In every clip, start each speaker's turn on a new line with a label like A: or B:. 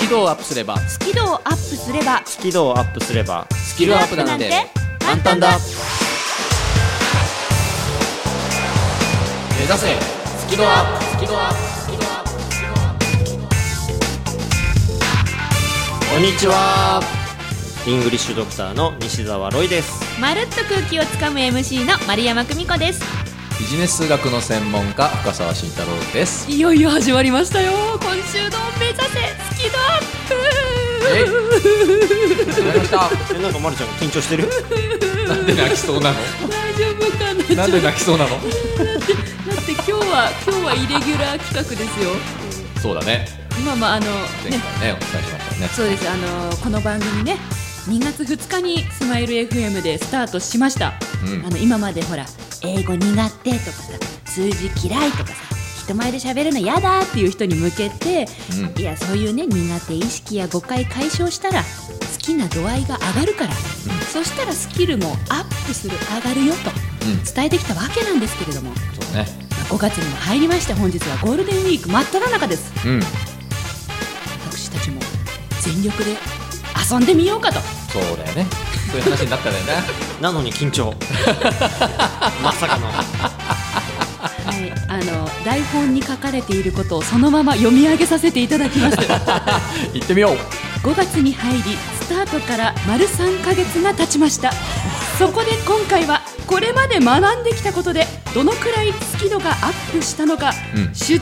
A: キ度をアップすれば
B: スキルをアップすればス
C: スキルをアップすれば
A: スキルアップなんて簡単だ目指せスキルアップスキルアップ
C: こんにちはイングリッシュドクターの西澤ロイです
B: まるっと空気をつかむ MC の丸山久美子です
A: ビジネス数学の専門家深澤慎太郎です
B: いよいよ始まりましたよ今週の目指せスキルアップ
A: 始まりました
C: えなんかまるちゃん緊張してる
A: なんで泣きそうなの
B: 大丈夫かな
A: なんで泣きそうなの
B: だって今日は今日はイレギュラー企画ですよ
A: そうだね
B: 今まああの
A: 前
B: ね
A: 回ねお伝えしましたね
B: そうですあのこの番組ね2月2日にスマイル FM でスタートしました、
A: うん
B: あの今までほら英語苦手とかさ数字嫌いとかさ人前で喋るの嫌だっていう人に向けて、
A: う
B: いやそういうね苦手意識や誤解解消したら好きな度合いが上がるから、そしたらスキルもアップする上がるよと
A: うん
B: 伝えてきたわけなんですけれども
A: そうね
B: 5月にも入りまして本日はゴールデンウィーク真っ只中です
A: うん
B: 私たちも全力で遊んでみようかと
A: そうだよねそういう話になったんだよね
C: なのに緊 張まさかの
B: はい、あの台本に書かれていることをそのまま読み上げさせていただきます 5
A: 行ってみよう
B: 月に入りスタートから丸3ヶ月が経ちましたそこで今回はこれまで学んできたことでどのくらいスキドがアップしたのか、
A: うん
B: 出演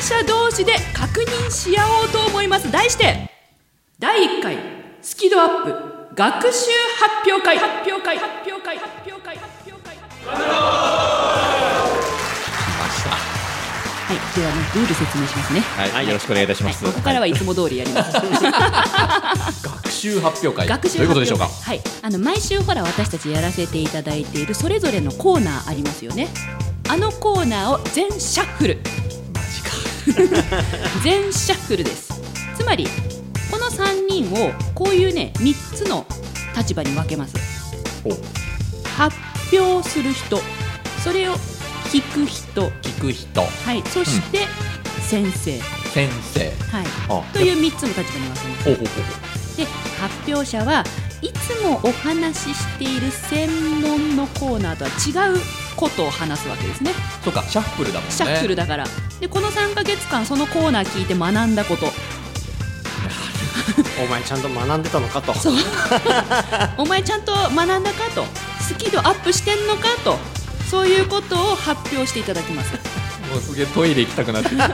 B: 者同士で確認し合おうと思います題して第1回スキドアップ学習発表会発表会発表会発表会発表会
A: 来ました
B: はい、ではね、ルール説明しますね。
A: はい、よろしくお願いいたしま
B: はい、
A: す、
B: ここからはいつも通りやります。
A: 学習発表会
B: 学習
A: どういうこ
B: 発
A: と
B: 表
A: でしょうか
B: はい、あの毎週ほら私たちやらせていただいているそれぞれのコーナーありますよね。あのコーナーを全シャッフル、
A: マジか
B: 全シャッフルです。つまりこの三人をこういうね三つの立場に分けます。
A: お
B: 発表する人、それを聞く人、
A: 聞く人
B: はい、そして先生、
A: 先生
B: はい、
A: あ
B: という三つの立場に分けます。
A: ほうほうほう
B: で発表者はいつもお話ししている専門のコーナーとは違うことを話すわけですね
A: そうかシャッフルだもんね
B: シャッフル
A: だ
B: だから、でこの3ヶ月間そのコーナー聞いて学んだ こと
C: お前ちゃんと学んでたのかと
B: そうお前ちゃんと学んだかとスキルアップしてんのかとそういうことを発表していただきます
A: もうすげえトイレ行きたくなってき た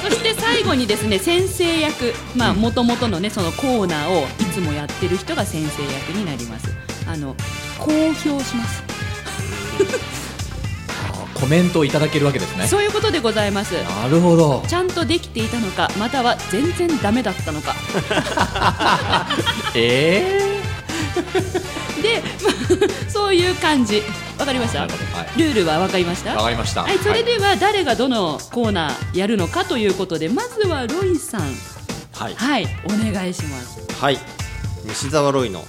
B: そして最後にですね先生役まあ元々のねそのコーナーをいつもやってる人が先生役になりますあの公表します
A: コメントをいただけるわけですね
B: そういうことでございます
A: なるほど
B: ちゃんとできていたのかまたは全然ダメだったの か
A: え
B: で、 まあそういう感じわかりま
A: え
B: し
A: な
B: た
A: る
B: ル
A: ほどはい
B: ールはわかりました
A: わ
B: は
A: かりました
B: い、それでは誰がどのコーナーやるのかということでまずはロイさん
C: はい
B: はいお願いします
C: はい西澤ロイの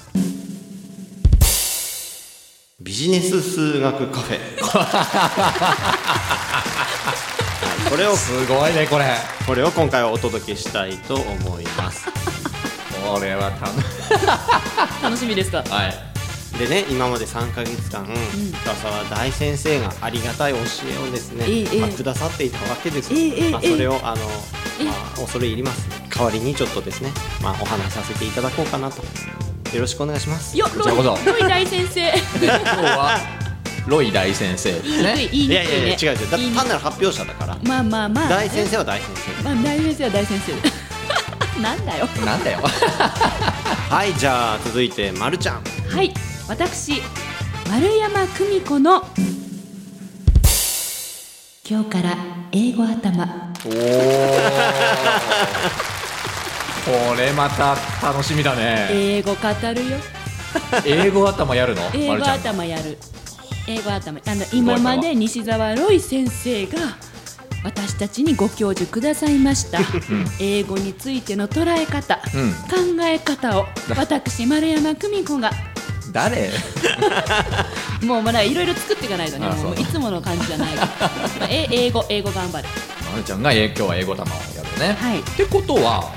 C: ビジネス数学カフ ェはいこれを
A: すごいねこれ
C: これを今回はお届けしたいと思います
A: これは楽し
B: 楽しみですか
A: いはい
C: でね今まで3ヶ月間、深沢大先生がありがたい教えをですね、
B: ええ
C: まあ、
B: ええ
C: くださっていたわけです、
B: ええええ
C: まあ、
B: ええ
C: それをあの、
B: ええ
C: まあ、恐れ入ります代わりにちょっとですね、まあ、お話しさせていただこうかなとよろしくお願いします
B: よ
A: こちらこ
B: ロイ
A: そ
B: ロイ大先 生
A: で今日はロイ大先生ですね
B: 言いに
C: い
B: くい
C: やいやいや
B: ね
C: 違う違うだっ
B: 言い
C: て
B: にくい
C: 単なる発表者だから、
B: まあまあまあ
C: 大先生は大先生
B: まあ大先生は大先生 でなんだよ
A: なんだよ
C: はいじゃあ続いてまるちゃん
B: はい、私丸山久美子の今日から英語頭
A: おおこれまた楽しみだね
B: 英語語るよ
A: 英語頭やるの
B: 英
A: ま
B: 語
A: るちゃんが
B: 頭やる英語頭あの今まで西澤ロイ先生が私たちにご教授くださいました、英語についての捉え方、
A: うん
B: 考え方を私丸山久美子が
A: 誰
B: もうまだいろいろ作っていかないとね
A: あそう
B: もういつもの感じじゃないから、まあえ英語英語頑張る
A: まるちゃんがえ今日は英語玉をやるね、
B: はい
A: ってことは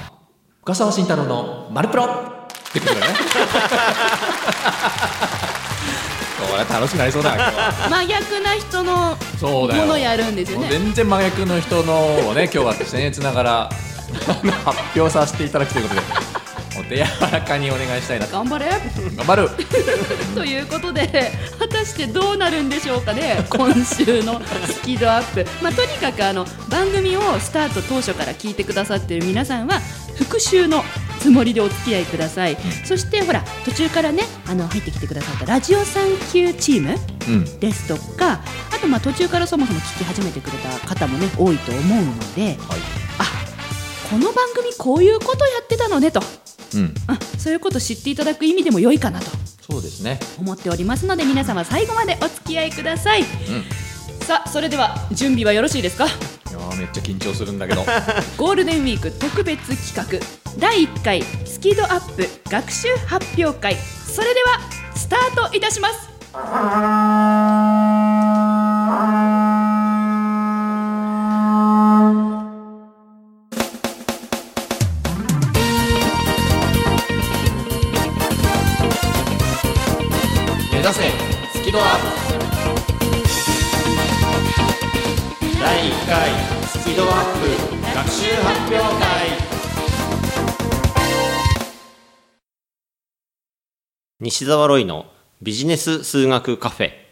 A: 深澤慎太郎のマルプロってこと だねこれ楽しくなりそうだ今日
B: 真逆な人の
A: そうだよ
B: ものやるんですよ
A: もう
B: ね
A: 全然真逆の人のをね今日は僭越ながら あの発表させていただくということでお手柔らかにお願いしたいなと
B: 頑張れ
A: 頑張る
B: ということで果たしてどうなるんでしょうかね今週のスキドアップ、まあ、とにかくあの番組をスタート当初から聞いてくださっている皆さんは復習のつもりでお付き合いくださいそしてほら途中からねあの入ってきてくださったラジオ3級チーム
A: うん
B: ですとかあとまあ途中からそもそも聞き始めてくれた方もね多いと思うので
A: はい
B: あこの番組こういうことやってたのねと
A: うん
B: あそういうこと知っていただく意味でも良いかなと
A: そうですね
B: 思っておりますので皆様最後までお付き合いください
A: うん
B: さあそれでは準備はよろしいですか
A: いやーめっちゃ緊張するんだけど
B: ゴールデンウィーク特別企画第1回スキドアップ学習発表会それではスタートいたします
A: 目指せスキドアップ第1回スキドアップ学習発表会
C: 西澤ロイのビジネス数学カフェ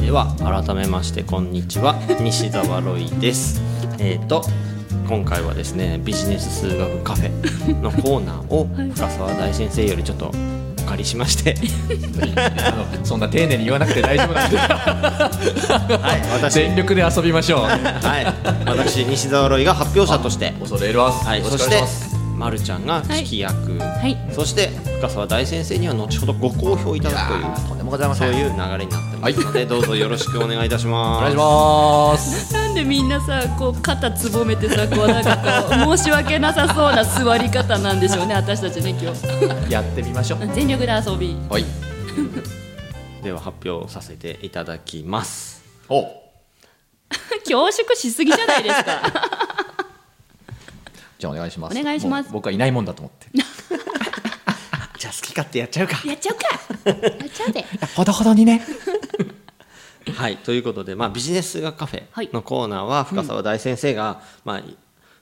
C: では改めましてこんにちは西澤ロイですえっ、と今回はですねビジネス数学カフェのコーナーを
B: はい
C: 深澤大先生よりちょっとお借りしま して、
A: あのそんな丁寧に言わなくて大丈夫なんで
C: はい、私、
A: 全力で遊びましょう
C: はい、 私西澤ロイが発表者として
A: 恐れ入ります、
C: はい、
A: よろ
C: そ
A: く
C: し
A: お願
C: て
A: います
C: まるちゃんが聞き役、
B: い
C: そして深澤大先生には後ほどご好評いただくという
A: とんでもございま
C: そ
A: せ
C: うんいう流れになってますので、どうぞよろしくお願いいた し
A: お
C: ま
A: 願い
C: す
A: します
B: なんでみんなさこう肩つぼめてさこうなんかこう申し訳なさそうな座り方なんでしょうね私たちね今日
A: やってみましょう
B: 全力で遊び
A: はい
C: では発表させていただきます
A: お
B: 恐縮しすぎじゃないですか
A: じゃあお願いします
B: お願いします
A: もう僕はいないもんだと思って
C: じゃあ好き勝手やっちゃうか
B: やっちゃうかやっちゃうで
A: ほどほどにね
C: はいということで、まあ、ビジネス数学カフ
B: はい
C: ェのコーナーは深澤大先生が、まあ、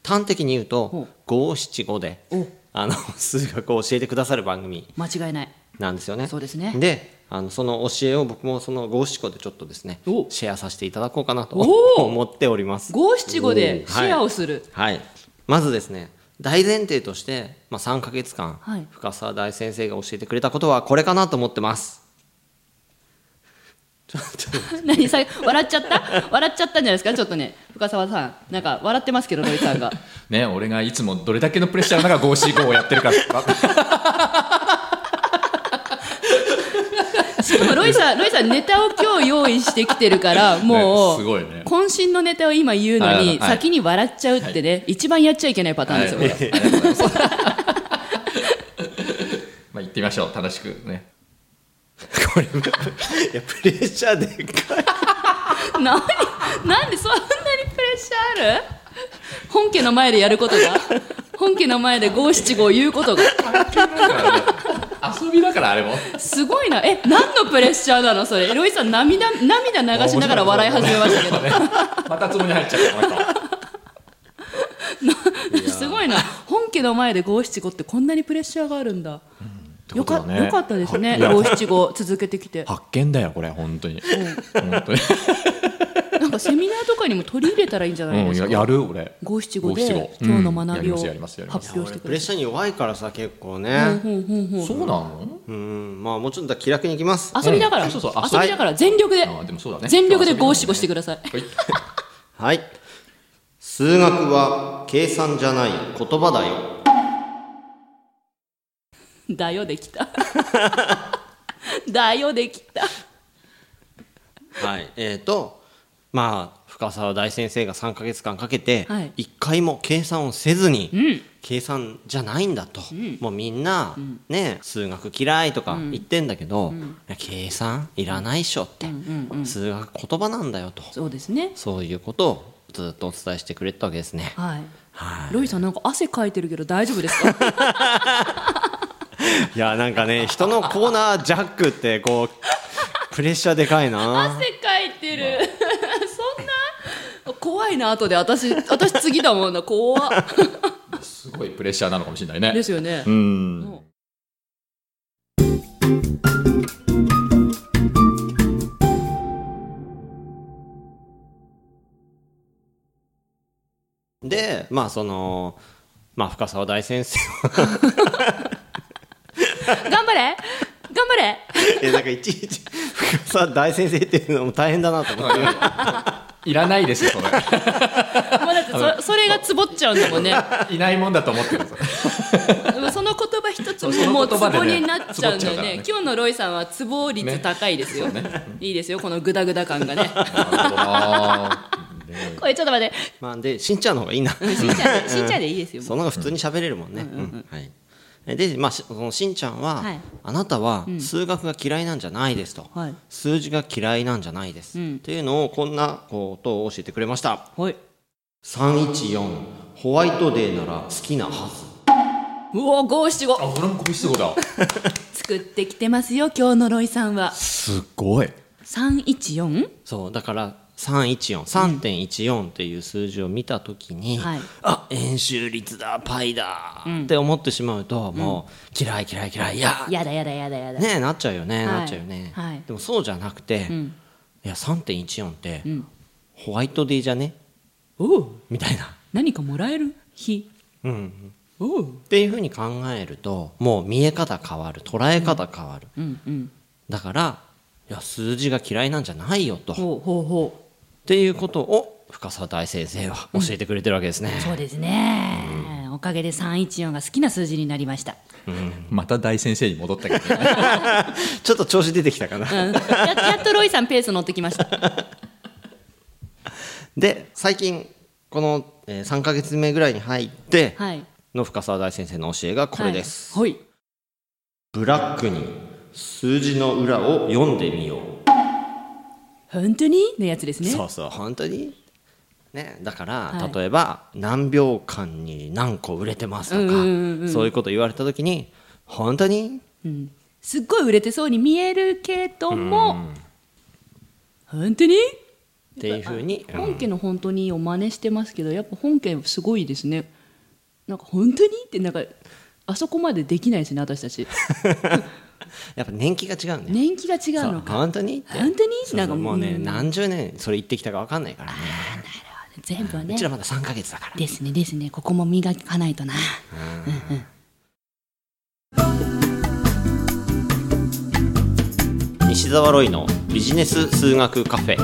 C: 端的に言うと五七五で
B: お
C: あの数学を教えてくださる番組
B: 間違いない
C: なんですよね。
B: そうですね
C: であのその教えを僕もその五七五でちょっとですねシ
B: お
C: ェアさせていただこうかなと
B: お
C: 思っております。
B: 五七五でシェアをする、
C: はい、まずですね大前提として、まあ、3か月間、
B: はい
C: 深澤大先生が教えてくれたことはこれかなと思ってます。ちょっと
B: 何さ笑っちゃった笑っちゃったんじゃないですかちょっとね深澤さんなんか笑ってますけどロイさんが
A: ね俺がいつもどれだけのプレッシャーの中五四五をやってるか
B: しかもロイさんロイさんネタを今日用意してきてるからもう、
A: ねすごいね
B: 渾身のネタを今言うのに、
A: はいはい
B: 先に笑っちゃうってね、一番やっちゃいけないパターンです
A: はい
B: よ、これ
A: ありがとうございます まあ行ってみましょう楽しくね
C: こ れいやプレッシャーでかい
B: 何なんでそんなにプレッシャーある本家の前でやることが本家の前で五七五言うことが
A: 遊びだからあれも
B: すごいなえ何のプレッシャーなのそれロイさん涙涙流しながら笑い始めましたけど
A: またつぼに入っちゃうからこの人
B: すごいな本家の前で五七五ってこんなにプレッシャーがあるんだ、よ
A: こと
B: か
A: だね
B: よかったですね
A: いや
B: 五七五続けてきて
A: 発見だよこれ本当に本 当に
B: なんかセミナーとかにも取り入れたらいいんじゃないで
A: うん
B: す
A: や
B: か
A: やる俺
B: 五七五
A: 五七
B: で
A: 五
B: 今日の学びを
A: うんやりますやります
B: 発表して
C: プ
B: く
C: レ
B: れ
C: ッ
B: る
C: シャーに弱いからさ結構ね
B: ほうほうほう
A: そうなの
C: うんまあもうちょっと気楽にいきます
B: 遊びだから、
A: うんそうそうそう
B: 遊びだから全力で、
A: あでもそうだね
B: 全力で五七五してください
A: はい
C: はい数学は計算じゃない言葉だよ
B: だよでき ただよできた
C: はいえー、とまあ深澤大先生が3か月間かけて
B: はい
C: 一回も計算をせずに、
B: うん
C: 計算じゃないんだと、
B: ん
C: もうみんな、ね数学嫌いとか言ってんだけど、いや計算いらないっしょって、
B: うんうん
C: 数学言葉なんだよと
B: そうですね
C: そういうことをずっとお伝えしてくれたわけですね。
B: はい
C: はい
B: ロイさんなんか汗かいてるけど大丈夫ですか
C: いやなんかね人のコーナージャックってこ うプレッシャーでかいな
B: 汗かいてる そんな怖いな後で私私次だもんな怖っ
A: すごいプレッシャーなのかもしれないね
B: ですよね
A: うん
B: も
C: でまあそのまあ深澤大先生
B: う
C: は
B: 頑張れ頑張れ
C: えなんかいちいち深澤大先生っていうのも大変だなと思って
A: いらないですよそれ
B: まあだってそそれがつぼっちゃうんだもんね
A: いないもんだと思ってるんですよ
B: その言葉一つ
A: そうその
B: ももうつ
A: 言葉でね
B: ぼになっちゃうんだ
A: つぼっち
B: よ
A: ゃうから
B: ね
A: ね
B: 今日のロイさんはつぼ率高いですよ、
A: ねそうね
B: いいですよこのグダグダ感がね
A: あ
B: これちょっと待って
C: まあでしんちゃんの方がいいな
B: しんちゃんでしんちゃんでいいですよ
C: その方が普通に喋れるもんね、うんはいえでまあしそのしんちゃんは、
B: はい
C: あなたは数学が嫌いなんじゃないですと、
B: はい
C: 数字が嫌いなんじゃないです、
B: うん
C: っていうのをこんなことを教えてくれました
B: はい
C: 314ホワイトデーなら好きなはず
B: うお五七五
A: あ俺も五七五だ
B: 作ってきてますよ今日のロイさんは
A: すごい
B: 三一四
C: そうだから314.14っていう数字を見た時に、
B: はい
C: あ円周率だパイだ、って思ってしまうともう嫌い嫌い嫌いいや
B: やだやだやだやだ、
C: ねえなっちゃうよね、
B: はい
C: なっちゃうよね、
B: はい
C: でもそうじゃなくて、
B: ん
C: いや3.14って、
B: ん
C: ホワイトデーじゃね
B: おう
C: みたいな、
B: 何かもらえる日
C: うん、
B: おう
C: っていうふうに考えるともう見え方変わる捉え方変わる、
B: うんうん
C: だからいや数字が嫌いなんじゃないよと、っ
B: ほうほうほ
C: ていうことを深澤大先生は教えてくれてるわけですね、
B: うそうですね、おかげで三一四が好きな数字になりました
A: また大先生に戻ったけどね、
C: ちょっと調子出てきたかな、
B: うんや やっとロイさんペース乗ってきました。
C: で最近この、えー3か月目ぐらいに入って
B: はい。
C: の深澤大先生の教えがこれです、
B: はい。はい
C: ブラックに数字の裏を読んでみよう。
B: 本当にのやつですね。
C: うそう、本当に。ね、だから、
B: はい
C: 例えば何秒間に何個売れてますとか、
B: うんうん
C: そういうこと言われた時に本当に
B: うん。すっごい売れてそうに見えるけども、本当に
C: っていうふうに、うん
B: 本家の本当にを真似してますけど、やっぱ本家すごいですね。なんか本当にってなんかあそこまでできないですね私た ち。
C: やっぱ年季が違うね。
B: 年季が違
C: そうう
B: のか。
C: 本当にって
B: 本当に
C: そうそう
B: なんか
C: もうね、
B: うん
C: 何十年それ言ってきたか分かんないからね
B: 全部は
C: う
B: ね
C: ち。らまだ3か月だから
B: ですねですね。ここも磨かないとな。
C: 西澤ロイのビジネス数学カフェっ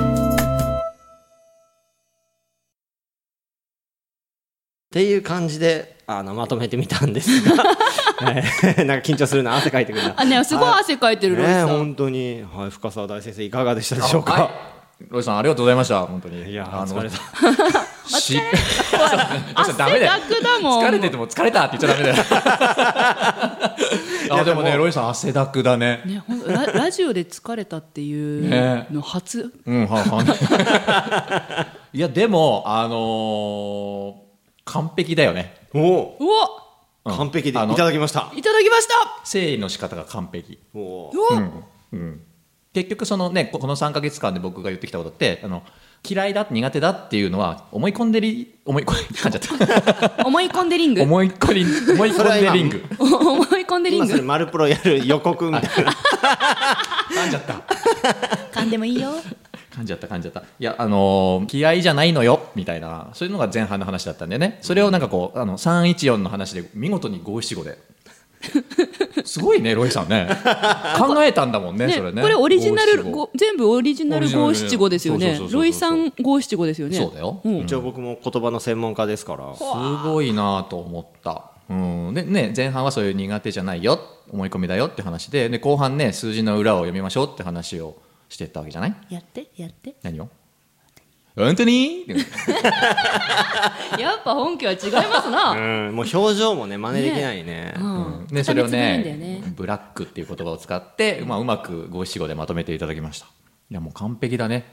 C: ていう感じであのまとめてみたんですが、えー なんか緊張するな汗かいてくるな
B: あねすごい汗かいてるロイ
C: ねえ
B: さん。
C: 本当に、はい、深澤大先生いかがでしたでしょうか、
A: はいロイさんありがとうございました本当に
C: い、や
A: あ
C: 疲れた
A: しロイさ
B: 汗
A: ん
B: だ
A: ダメだよ
B: くだもん。
A: 疲れてても疲れたって言っちゃダメだよ
C: いや
A: あ でも
C: で
A: ね
C: も
A: ロイさん汗だくだね
B: ね、ほんラ ラジオで疲れたっていう
A: ね
B: の初、
A: うんはは いやでもあのー完璧だよね
C: も
B: うお
C: う
A: うん
C: 完璧でい
A: あの
C: ただきました
B: いただきました
A: 整理の仕方が完璧
C: もう
B: お、
A: 結局そのねここの3か月間で僕が言ってきたことってあの嫌いだ苦手だっていうのは思い込んでり思い込ん で噛んじゃった
B: 思い込んでリング思
A: 思い込り思い
C: それは
A: 込んで
C: 今
A: リング
B: い込んでリ
C: 今
B: ン
C: それ
B: グ
C: マルプロやる予告みたいな
A: 噛んじゃった
B: 噛んでもいいよ
A: 噛んじゃった噛んじゃったいやあのー嫌いじゃないのよみたいなそういうのが前半の話だったんでねそれをなんかこうあの314の話で見事に五七五 ですごいねロイさんね考えたんだもんね
B: ね
A: それね
B: これオリジナ
A: 五七
B: ル
A: 五
B: ご全部オリジナル
A: オリジナル
B: 五七五ですよね
A: そうそうそうそうそう
B: ロイさん五七五ですよね
A: そうだよ
B: ん
A: うん
C: 一応僕も言葉の専門家ですから
A: すごいなと思った。うん、でね前半はそういう苦手じゃないよ思い込みだよって話でで後半ね数字の裏を読みましょうって話をしてったわけじゃない
B: やってやって
A: 何を本当にって
B: やっぱ本家は違いますな。
C: うん、もう表情もね真似できないね
B: うん
A: ね、それを
B: 差別ないんだよ
A: ね
B: ね
A: ブラックっていう言葉を使って、まあ、うまく五七五でまとめていただきましたいやもう完璧だね、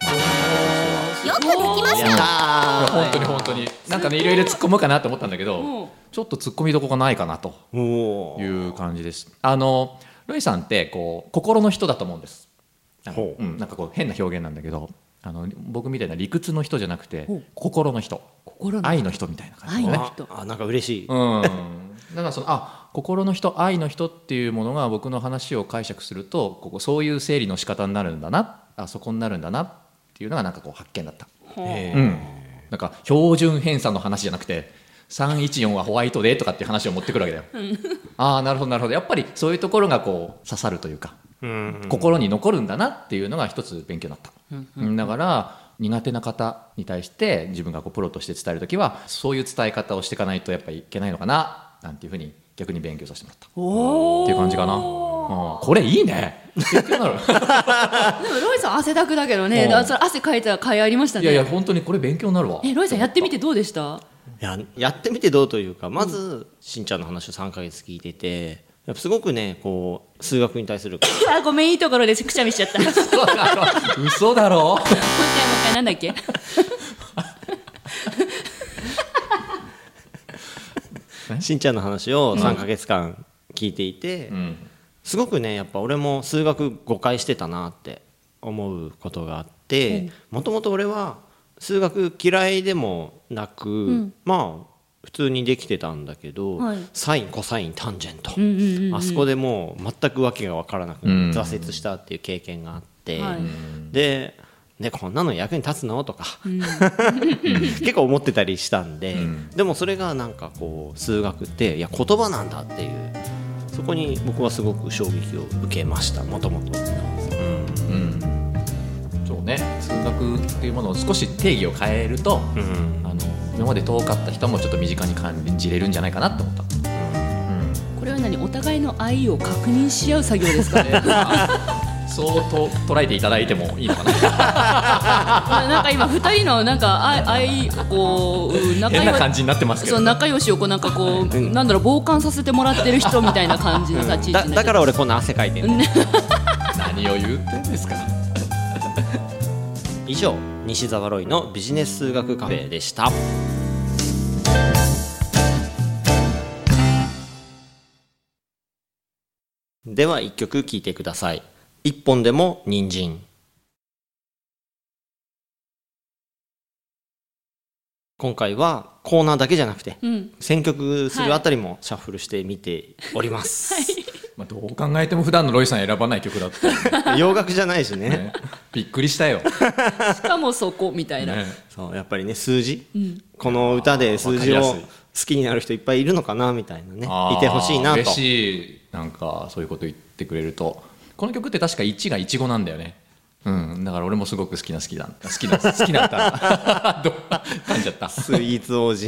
D: よくできました
C: や
A: いや
C: った
A: 本当に本当になんかねいろいろ突っ込むかなと思ったんだけ
B: うん
A: どちょっと突っ込みどころがないかなと
C: ーもう
A: いう感じですあのロイさんってこう心の人だと思うんですなんか,、
C: ほう
A: うん、なんかこう変な表現なんだけどあの僕みたいな理屈の人じゃなくて
B: ほう
A: 心の人
B: 心の
A: 愛の人みたいな感じの
B: 愛
A: ね
B: の
C: ああなんか嬉しい、
A: うん、だからそのあ心の人愛の人っていうものが僕の話を解釈するとここそういう整理の仕方になるんだなあそこになるんだなっていうのがなんかこう発見だった、
C: え
A: うん、なんか標準偏差の話じゃなくて314はホワイトでとかっていう話を持ってくるわけだよ、ああなるほどなるほどやっぱりそういうところがこう刺さるというか
C: ーうん
A: 心に残るんだなっていうのが一つ勉強になった、だから苦手な方に対して自分がこうプロとして伝える時はそういう伝え方をしていかないとやっぱりいけないのかななんていうふうに逆に勉強させてもらった
B: おお。
A: っていう感じかな、うん、これいいね勉強になる
B: でもロイさん汗だくだけどね。
A: うん
B: だからそれ汗かいたら会ありました
A: い
B: ね。
A: やいや本当にこれ勉強になるわ
B: えロイさんやってみてどうでした？
C: ややってみてどうというかまず、しんちゃんの話を3か月聞いててやっぱすごくねこう数学に対する
B: あごめんいいところでくしゃみしちゃった。も う一回もう
A: 嘘だろ嘘だろ
B: 一回なんだっけ？
C: しんちゃんの話を3か月間聞いていて、
A: うん
C: すごくねやっぱ俺も数学誤解してたなって思うことがあってもともと俺は数学嫌いでもなく、まあ普通にできてたんだけど、
B: はい
C: サインコサインタンジェント、
B: んうん
C: あそこでもう全く訳が分からなく
A: うん
C: 挫折したっていう経験があって、
B: はい
C: で、ね、こんなの役に立つのとか、結構思ってたりしたんで、でもそれがなんかこう数学っていや言葉なんだっていうそこに僕はすごく衝撃を受けましたもともと。
A: そうね数学っていうものを少し定義を変えると、
C: うん
A: あの今まで遠かった人もちょっと身近に感じれるんじゃないかなと思った、うん
B: これは何お互いの愛を確認し合う作業です かね。
A: ねそうと捉えていただいてもいいのか な
B: あなんか今二人のなんか愛愛こううん仲
A: 変な
B: 良
A: 感じになってますけ
B: そ
A: どね、
B: う仲良しをこうなんかこう、なんだろう傍観させてもらってる人みたいな感じの立ち位
C: だ
B: 置にな
C: だ
B: る
C: から俺こんな汗かいてる
A: 何を言ってんですか
C: 以上西澤ロイのビジネス数学カフェでしたでは一曲聴いてください一本でも人参今回はコーナーだけじゃなくて、
B: うん
C: 選曲するあたりもシャッフルしてみております、
A: まあ、どう考えても普段のロイさん選ばない曲だったよ
C: 洋楽じゃないし ね
A: ねびっくりしたよ、
B: しかもそこみたいな、
A: ね
C: そうやっぱりね数字、この歌で数字
A: わか
C: を好
A: りや
C: きになる人いっぱいいるのかなみたいなね
A: あー
C: いてほしいなと
A: 嬉しいなんかそういうこと言ってくれるとこの曲って確か1がイチゴなんだよねうん、だから俺もすごく好きな好きだ好きな 好きな歌 どう噛んじゃった
C: スイーツ王子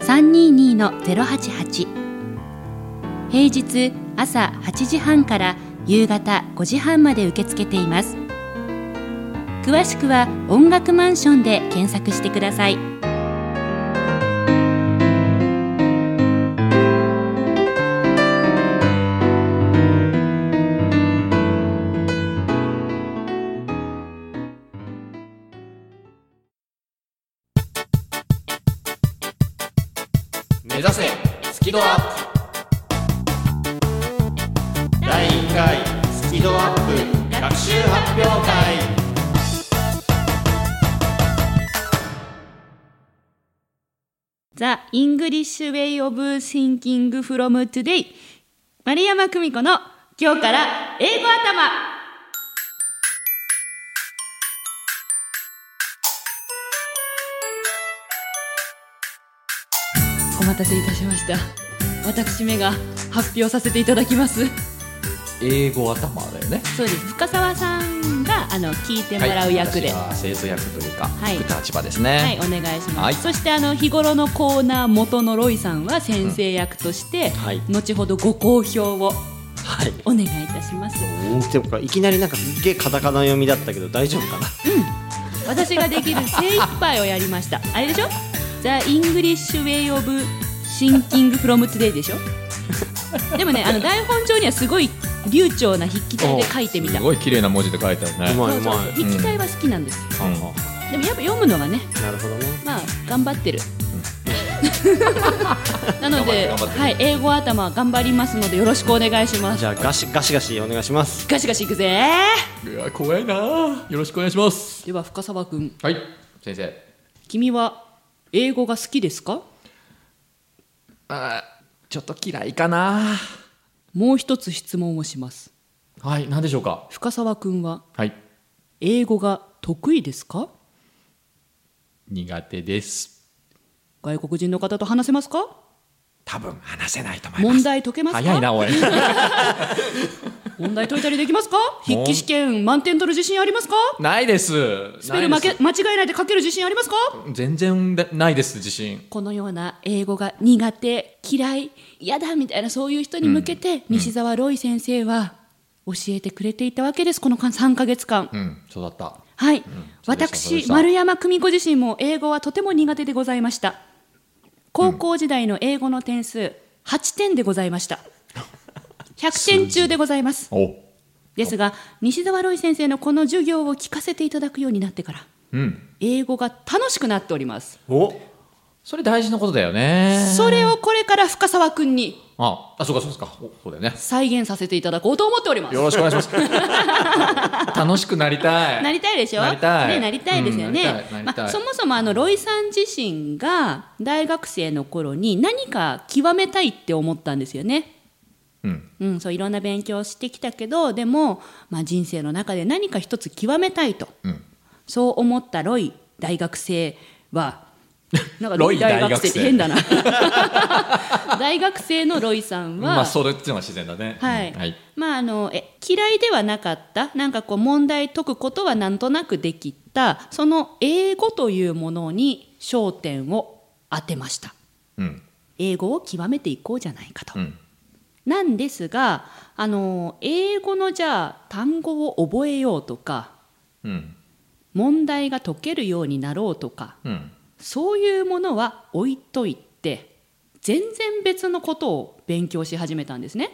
D: 0120-322-088平日朝8時半から夕方5時半まで受け付けています詳しくは音楽マンションで検索してください
A: 目指せスキドアップ
C: 第1回スピードアップ学習発表会
D: ザ・イングリッシュ・ウェイ・オブ・シンキング・フロム・トゥデイ丸山久美子の今日から英語頭
B: 待たせいたしました私めが発表させていただきます
A: 英語頭だよね
B: そうです深澤さんがあの聞いてもらう役で、
A: はい、私が生徒役というか、
B: はい
A: 聞く立場ですね、
B: はい、お願いします、
A: はい
B: そしてあの日頃のコーナー元のロイさんは先生役として、
C: はい
B: 後ほどご好評を
C: はい
B: お願いいたします
C: でもいきなりなんかすっげえカタカナ読みだったけど大丈夫かな
B: 私ができる精一杯をやりましたあれでしょ The English Way of Thinking from Today でしょでもねあの台本帳にはすごい流暢な筆記体で書いてみた
A: すごい綺麗な文字で書いてあるね
C: うま
B: そ
C: いうう
B: そう
C: ま
B: そう
C: い
B: 筆記体は好きなんですよ、
A: うん
B: でもやっぱ読むのがね
C: なるほどね
B: まあ頑張ってる。 なので、
A: 頑張って頑張って
B: はい、英語頭頑張りますのでよろしくお願いします
C: じ。ゃあガシガシガシお願いします
B: ガシガシいくぜ。
A: うわ怖いなあよろしくお願いします
B: では深澤君、
A: はい先生
B: 君は英語が好きですか？
A: あーちょっと嫌いかな
B: もう一つ質問をします。
A: はい何でしょうか
B: 深澤君は
A: はい
B: 英語が得意ですか？
A: 苦手です
B: 外国人の方と話せますか？
A: 多分話せないと思います
B: 問題解けますか？
A: 早いなおい
B: 問題解いたりできますか？筆記試験満点取る自信ありますか？
A: ないです
B: スペル負け
A: ないで
B: 間違えないで書ける自信ありますか？
A: す全然でないです自信
B: このような英語が苦手嫌い嫌だみたいなそういう人に向けて、西澤ロイ先生は教えてくれていたわけですこの間3ヶ月間、
A: うんそうだった
B: はい、
A: そうでしたそうで
B: 私
A: した
B: 丸山久美子自身も英語はとても苦手でございました高校時代の英語の点数8点でございました100点中でございます
A: お
B: ですが西澤ロイ先生のこの授業を聞かせていただくようになってから
A: うん
B: 英語が楽しくなっております
C: お
A: それ大事なことだよね
B: それをこれから深澤君に
A: ああそうかそうかおそうだよね
B: 再現させていただこうと思っております
A: よ。ろしくお願いします。 楽しくなりたい。
B: なりたいでしょ
A: なりたい
B: ね、なりたいですよね
A: うんなりたいなりたい
B: まあ、そもそもあのロイさん自身が大学生の頃に何か極めたいって思ったんですよね、
A: うん。
B: うん、そういろんな勉強をしてきたけどでも、まあ、人生の中で何か一つ極めたいと、
A: うん
B: そう思ったロイ大学生はなんか
A: ロイ大学生
B: 大って変だな 大学生のロイさんは、
A: まあそれっていうのは自然だね。
B: はい、
A: うんはい。
B: まああのえ嫌いではなかったなんかこう問題解くことはなんとなくできたその英語というものに焦点を当てました
A: うん。
B: 英語を極めていこうじゃないかと、
A: うん。
B: なんですがあの英語のじゃあ単語を覚えようとか
A: うん。
B: 問題が解けるようになろうとか
A: うん。
B: そういうものは置いといて全然別のことを勉強し始めたんですね。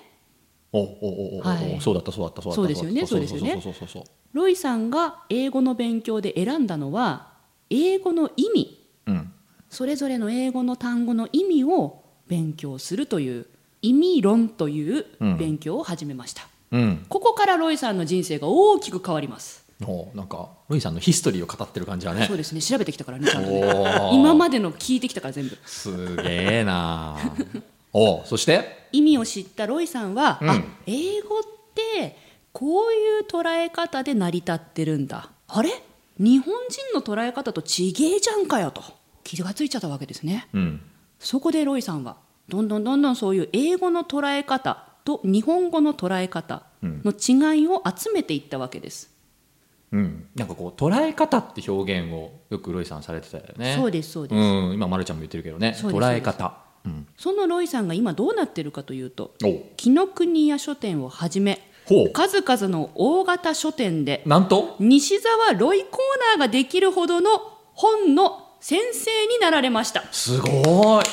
A: おおおお
B: はい
A: お。そうだったそうだったそうだった。
B: そうですよね
A: だった
B: そうですよね
A: そうそうそうそうそ
B: ロイさんが英語の勉強で選んだのは英語の意味
A: う。うん。
B: それぞれの英語の単語の意味を勉強するという意味論という
A: うん
B: 勉強を始めました、
A: うん。
B: ここからロイさんの人生が大きく変わります、
A: おなんかルイさんのヒストリーを語ってる感じだね
B: そう。ですね調べてきたからねちゃんとね
A: おお。
B: 今までの聞いてきたから全部
A: すげえな。 おそして。
B: 意味を知ったロイさんは、
A: うん
B: あ英語ってこういう捉え方で成り立ってるんだあれ日本人の捉え方とちげえじゃんかよと気がついちゃったわけですね
A: うん。
B: そこでロイさんはどんどんどんどんそういう英語の捉え方と日本語の捉え方の違いを集めていったわけです、
A: うん、なんかこう捉え方って表現をよくロイさんされてたよね。
B: そうですそうです
A: うん、今まるちゃんも言ってるけどね。
B: そうです
A: 捉え方。うん。
B: そのロイさんが今どうなってるかというと
A: お
B: 紀ノ国屋書店をはじめ
A: ほう。
B: 数々の大型書店で
A: なんと。
B: 西澤ロイコーナーができるほどの本の先生になられました
A: すごい。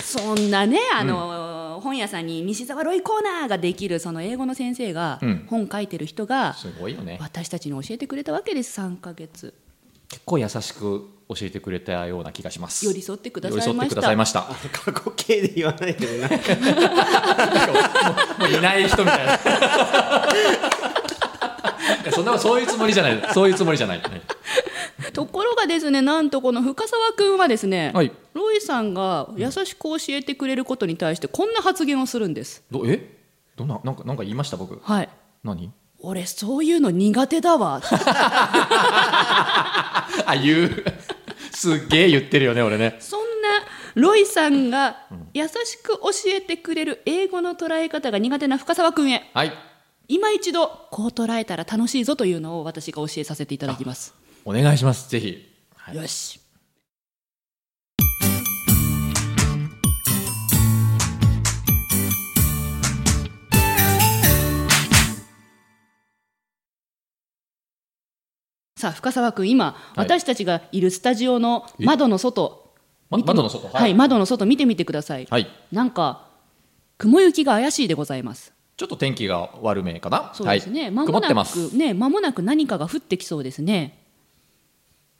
B: そんなねあの、本屋さんに西澤ロイコーナーができるその英語の先生が、
A: うん
B: 本書いてる人が
A: すごいよね。
B: 私たちに教えてくれたわけです3ヶ月
A: 結構優しく教えてくれたような気がします。
B: 寄り添ってくださいま
A: 寄り
B: した
A: 添ってくださいました。
C: 過去形で言わないでねなんか
A: もういない人みたいな。い やそんなことそういうつもりじゃない。そういうつもりじゃない。はい
B: ところがですねなんとこの深澤君はですね、
A: はい
B: ロイさんが優しく教えてくれることに対してこんな発言をするんです
A: どえ？どんななんかなんか言いました僕。
B: はい
A: 何？
B: 俺そういうの苦手だ わ
A: あ言う。すっげえ言ってるよね俺ね。
B: そんなロイさんが優しく教えてくれる英語の捉え方が苦手な深澤君へ
A: はい
B: 今一度こう捉えたら楽しいぞというのを私が教えさせていただきます、
A: お願いしますぜひ
B: よしさあ深澤君今、私たちがいるスタジオの窓の外
A: ま
B: 見てみ
A: 窓の外
B: はい、窓の外見てみてください、
A: はい
B: なんか雲行きが怪しいでございます
A: ちょっと天気が悪めかな
B: そうですね、
A: はい、
B: 間も
A: 曇って
B: な
A: ます
B: くね間もなく何かが降ってきそうですね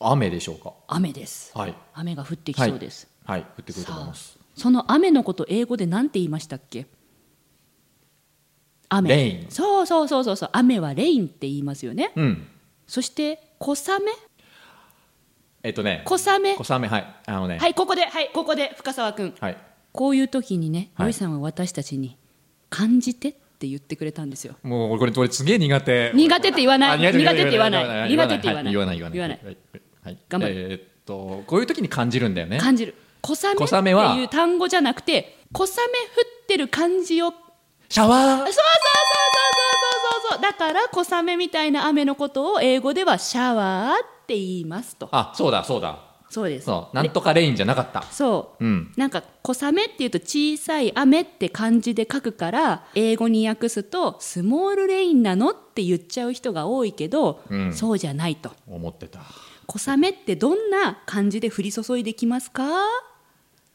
A: 雨でしょうか
B: 雨です
A: はい
B: 雨が降ってきそうです、
A: はい降ってくると思います
B: さあその雨のこと英語でなんて言いましたっけ雨
A: レイン
B: そうそうそうそうそう雨はレインって言いますよね、
A: うん
B: そして小雨
A: えっとね
B: 小雨
A: 小雨はいあのね
B: はいここではいここで深澤君
A: はい
B: こういう時にね
A: はい
B: ロイさんは私たちに「感じて」って言ってくれたんですよ
A: もう俺これこれすげえ苦手
B: 苦手って言わない
A: あ
B: 苦手って言わない苦手って言わない
A: 言わない言わない
B: 言わ
A: はい
B: 頑張る
A: えーっとこういう時に感じるんだよね
B: 感じる小
A: 小雨
B: 雨っ
A: は
B: ていう単語じゃなくて小雨降ってる感じを
A: シャワ
B: そう
A: ー
B: そうそうそうそうそうそうだから小雨みたいな雨のことを英語ではシャワーって言いますと
A: あそうだそうだ
B: そうです
A: そうなんとかレインじゃなかった
B: そう、
A: うん
B: なんか小雨っていうと小さい雨って漢字で書くから英語に訳すとスモールレインなのって言っちゃう人が多いけど、
A: うん
B: そうじゃないと
A: 思ってた
B: 小雨ってどんな感じで降り注いできますか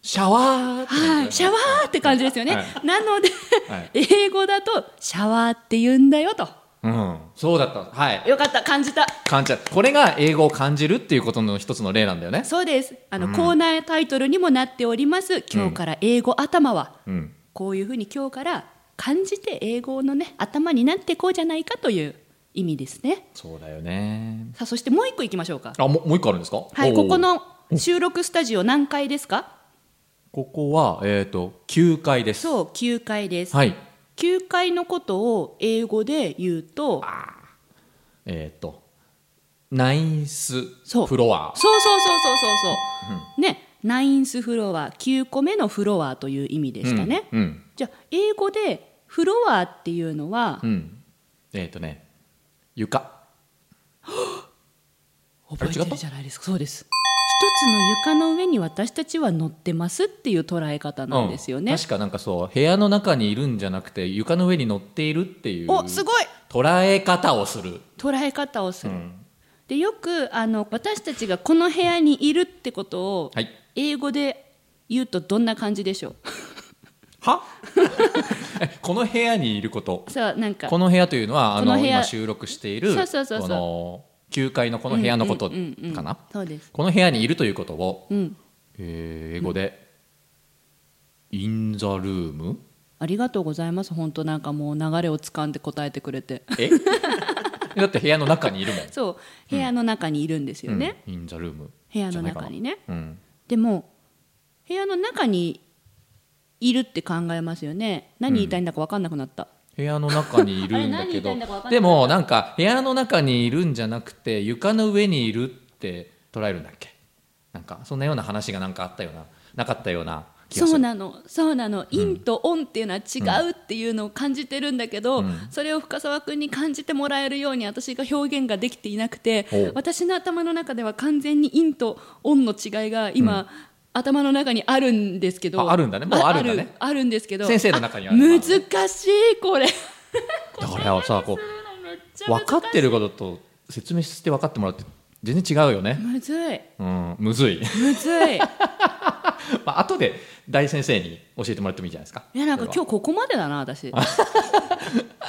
A: シャワー
B: はい、シャワーって感じですよね。
A: は
B: なので、
A: はい
B: 英語だとシャワーって言うんだよと。
A: うんそうだったはい
B: よかった、感じた。
A: 感じたこれが英語を感じるっていうことの一つの例なんだよね
B: そうです。あの、コーナータイトルにもなっております。今日から英語頭は、
A: うん
B: こういうふうに今日から感じて英語のね、頭になってこうじゃないかという意味ですね。
A: そうだよね
B: さあ、そしてもう一個いきましょうか。
A: あももう一個あるんですか
B: はい、
A: おー
B: ここの収録スタジオ何階ですか。
A: ここはえっ、と9階です
B: そう、9階です。
A: はい
B: 9階のことを英語で言うと。
A: えっ、とナインス
B: そう
A: フロア
B: そうそうそうそうそうそう。ね、ナインスフロア、9個目のフロアという意味でしたね。
A: うん、うん
B: じゃあ英語でフロアっていうのは
A: うんえっ、とね床
B: 覚えて
A: あれ違っ
B: る
A: た
B: じゃないですか。そうです。一つの床の上に私たちは乗ってますっていう捉え方なんですよね
A: うん。確かなんかそう部屋の中にいるんじゃなくて床の上に乗っているっていう
B: お、すごい。
A: 捉え方をする、
B: 捉え方をす
A: う
B: る。
A: ん
B: でよくあの私たちがこの部屋にいるってことを
A: はい
B: 英語で言うとどんな感じでしょう。
A: はえ この部屋にいること
B: さあなんか
A: この部屋というのはあ
B: こ
A: の
B: の部屋
A: 今収録している
B: そうそうそうそ
A: こ
B: う
A: の9階のこの部屋のことかな、
B: うんうんうんうんそうです。
A: この部屋にいるということを、
B: うん。
A: えー英語で「in the room
B: ありがとうございます。本当なんかもう流れをつかんで答えてくれて。」
A: え だって部屋の中にいるもん
B: そう、部屋の中にいるんですよ
A: うん
B: ね。
A: in the room
B: 部屋の中にね。
A: うん
B: でも、部屋の中にいるって考えますよね。何言いたいんだか分かんなくなった。
A: 部屋の中にいるんだけ
B: あれ何言いたい
A: ど
B: んだか分かんない
A: でもなんか部屋の中にいるんじゃなくて床の上にいるって捉えるんだっけなんかそんなような話がなんかあったようななかったような気がする
B: そうなの、そうなの、陰とオンっていうのは違うっていうのを感じてるんだけ
A: う
B: ど、
A: ん
B: それを深澤君に感じてもらえるように私が表現ができていなくて
A: おう、
B: 私の頭の中では完全に陰とオンの違いが今、頭の中にあるんですけど、
A: ああるんだねもうあるんだね
B: ああるんですけど、
A: 先生の中にあ
B: あ
A: る
B: 難しいこれ。
A: だからさ こ
B: めっち
A: う
B: ゃ難し
A: 分
B: い
A: かってることと説明して分かってもらうって全然違うよね、
B: むずい、
A: うん、むずい、
B: むずい。
A: まあ後で大先生に教えてもらってもいいじゃないですか
B: いやなんか今日ここまでだな私。